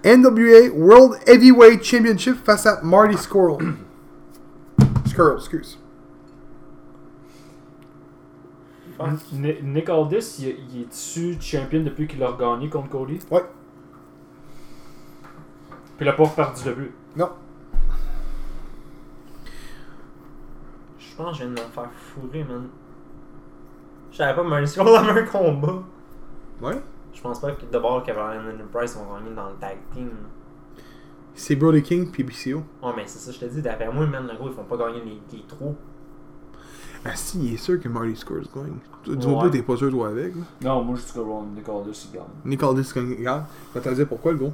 Speaker 1: NWA World Heavyweight Championship face à Marty Squirrel. Squirrel, excuse.
Speaker 3: Ni- Nick Aldis, il, il est-tu champion depuis qu'il a regagné contre Cody?
Speaker 1: Ouais.
Speaker 3: Puis il a pas reparti de but.
Speaker 1: Non.
Speaker 2: Je pense que je viens de me faire fourrer, man. Je savais pas, mais on avait un combat.
Speaker 1: Ouais.
Speaker 2: Je pense pas que d'abord Cavalier et Price vont gagner dans le tag team.
Speaker 1: C'est Brody King puis BCO.
Speaker 2: Oh, mais c'est ça, je te dis, d'après moi, man, le gros, ils font pas gagner les, les trois.
Speaker 1: Ah si, il est sûr que Marty Squirrel gagne. Du
Speaker 3: Ouais.
Speaker 1: moins, t'es pas sûr toi avec. là.
Speaker 3: Non, moi je dis que Ron- Nick Aldis, il gagne.
Speaker 1: Nick Aldis gagne. Regarde, je vais te dire pourquoi le gros.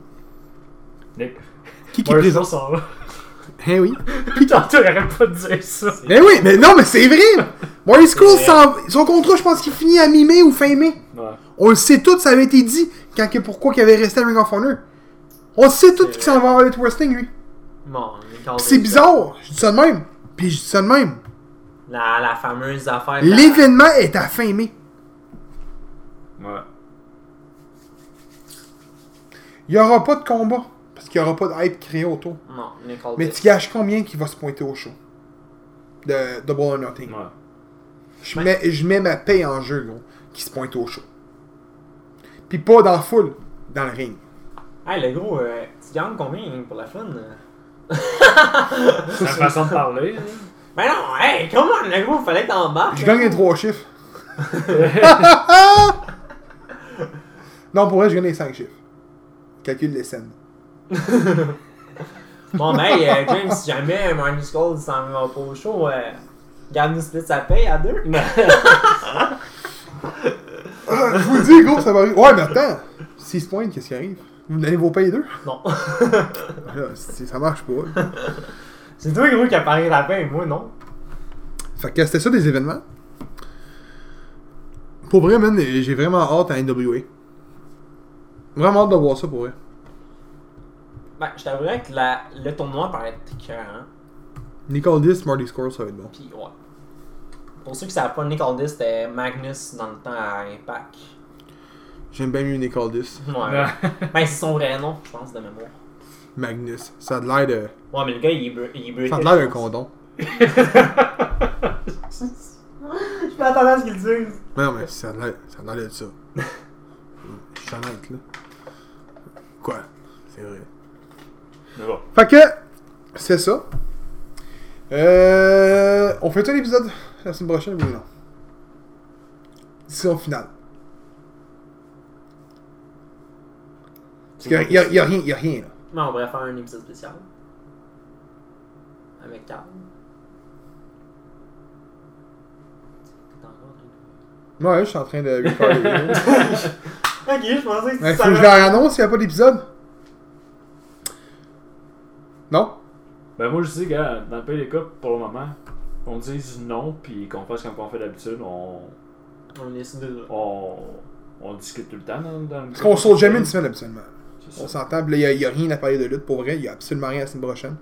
Speaker 3: Nick.
Speaker 1: Qui qui est
Speaker 3: Moi, je
Speaker 1: présent?
Speaker 3: pense s'en va.
Speaker 1: Eh oui.
Speaker 3: Tantôt, il arrête pas de dire ça.
Speaker 1: Mais oui, mais non, mais c'est vrai! Maurice School,
Speaker 2: C'est
Speaker 1: son contrat, je pense qu'il finit à mi-mai ou fin mai.
Speaker 3: Ouais.
Speaker 1: On le sait tout, ça avait été dit quand que pourquoi qu'il avait resté à Ring of Honor. On le sait tout
Speaker 2: C'est
Speaker 1: qu'il s'en va à Elite Wrestling, lui.
Speaker 2: Bon, Nick Aldis,
Speaker 1: Puis c'est bizarre, je dis ça de même. Puis je dis ça de même.
Speaker 2: La, la fameuse affaire. de la-
Speaker 1: L'événement est à fin mai.
Speaker 3: Ouais.
Speaker 1: Il y aura pas de combat. Parce qu'il y aura pas de hype créé autour.
Speaker 2: Non, Nick Aldis.
Speaker 1: Mais tu gâches combien qu'il va se pointer au show? De Double or Nothing.
Speaker 3: Ouais.
Speaker 1: Je mets, je mets ma paye en jeu, gros, qui se pointe au show. Puis pas dans la foule, dans le ring.
Speaker 2: Hey, le gros, euh, tu gagnes combien pour la fun? euh?
Speaker 3: C'est la façon de parler. hein.
Speaker 2: Ben non, hey, come on, le gros, fallait que hein. t'embarques.
Speaker 1: Je gagne les trois chiffres. non, pour vrai, je gagne les cinq chiffres. Calcule les scènes.
Speaker 2: Bon, ben, hey, euh, James, si jamais Marty Scold s'en va pas au show, euh, garde-nous split sa paye à deux.
Speaker 1: Ah, je vous le dis, gros, ça va arriver. Ouais, mais attends. S'ils se pointent, qu'est-ce qui arrive? Vous me donnez vos payes deux?
Speaker 2: Non.
Speaker 1: Là, c'est- ça marche pas.
Speaker 2: c'est toi, gros, qui a parié la paye, moi, non.
Speaker 1: Fait que c'était ça des événements. Pour vrai, man, j'ai vraiment hâte à NWA. Vraiment hâte de voir ça pour vrai.
Speaker 2: Ben, je t'avouerais que la, le tournoi paraît écœurant.
Speaker 1: Nicole 10, Marty Score, ça va être bon.
Speaker 2: Puis, ouais. Pour ceux qui savent pas, Nick Aldis, c'était Magnus dans le temps à Impact.
Speaker 1: J'aime bien mieux Nicole 10.
Speaker 2: Ouais.
Speaker 3: Ouais.
Speaker 2: ben, c'est son vrai nom, je pense, de mémoire.
Speaker 1: Magnus. Ça a de l'air de.
Speaker 2: Ouais, mais le gars, il est, br- il est british.
Speaker 1: Ça a de l'air d'un condom.
Speaker 2: Je m'attendais à ce qu'il dise.
Speaker 1: Mais non, mais ça a de l'air, ça a de l'air de ça. Je suis honnête, là. Quoi? C'est vrai.
Speaker 3: Mais bon.
Speaker 1: Fait que, c'est ça. Euh, on fait un épisode la semaine prochaine, oui ou non? Décision finale. Parce qu'il y a, y a rien, y a rien, là.
Speaker 2: Mais on pourrait faire un épisode spécial. Avec Carl.
Speaker 1: Ouais, je suis en train de lui faire des-
Speaker 2: Ok, je pensais que
Speaker 1: Mais
Speaker 2: tu
Speaker 1: Ben, faut que je
Speaker 2: savais.
Speaker 1: leur annonce s'il n'y a pas d'épisode. Non?
Speaker 3: Ben moi je dis, gars, dans le pays des coupes, pour le moment, on dise non, puis qu'on fasse comme on fait d'habitude, on,
Speaker 2: On est sur deux.
Speaker 3: on, on discute tout le temps dans, dans le...
Speaker 1: Parce qu'on saute jamais une semaine habituellement. On
Speaker 3: C'est ça.
Speaker 1: s'entend, il n'y a, rien à parler de lutte pour vrai, il n'y a absolument rien la semaine prochaine.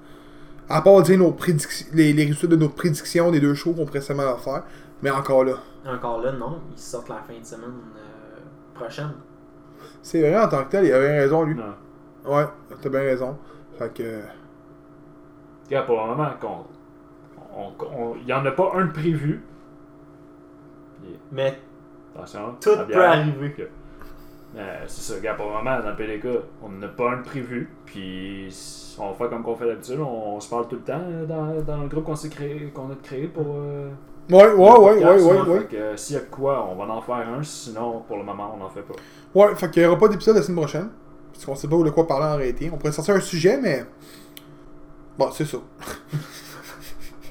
Speaker 1: À part dire nos prédic- les, les résultats de nos prédictions des deux shows qu'on pourrait seulement leur faire, mais encore là.
Speaker 2: Encore là, non. Ils sortent la fin de semaine euh, prochaine.
Speaker 1: C'est vrai en tant que tel, il avait raison lui.
Speaker 3: Non.
Speaker 1: Ouais, t'as bien raison. Fait que.
Speaker 3: Gars, pour le moment, qu'on... on- on- Il n'y en a pas un de prévu.
Speaker 2: Mais
Speaker 3: Attention.
Speaker 2: tout
Speaker 3: la bière.
Speaker 2: peut arriver.
Speaker 3: Euh, c'est ça, gars, pour le moment, dans le PDK, on n'en a pas un de prévu, puis s- on fait comme qu'on fait d'habitude, on, on se parle tout le temps euh, dans, dans le groupe qu'on s'est créé, qu'on a créé pour, euh,
Speaker 1: Ouais, ouais,
Speaker 3: le
Speaker 1: ouais, ouais,
Speaker 3: podcast,
Speaker 1: ouais,
Speaker 3: là,
Speaker 1: ouais.
Speaker 3: Fait que euh, s'il y a de quoi, on va en faire un, sinon pour le moment on n'en fait pas.
Speaker 1: Ouais, fait qu'il y aura pas d'épisode la semaine prochaine. Parce qu'on sait pas où de quoi parler en réalité. On pourrait sortir un sujet, mais. Bon, c'est ça.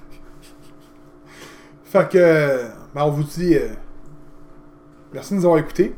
Speaker 1: fait que. Ben, on vous dit. euh, Merci de nous avoir écoutés.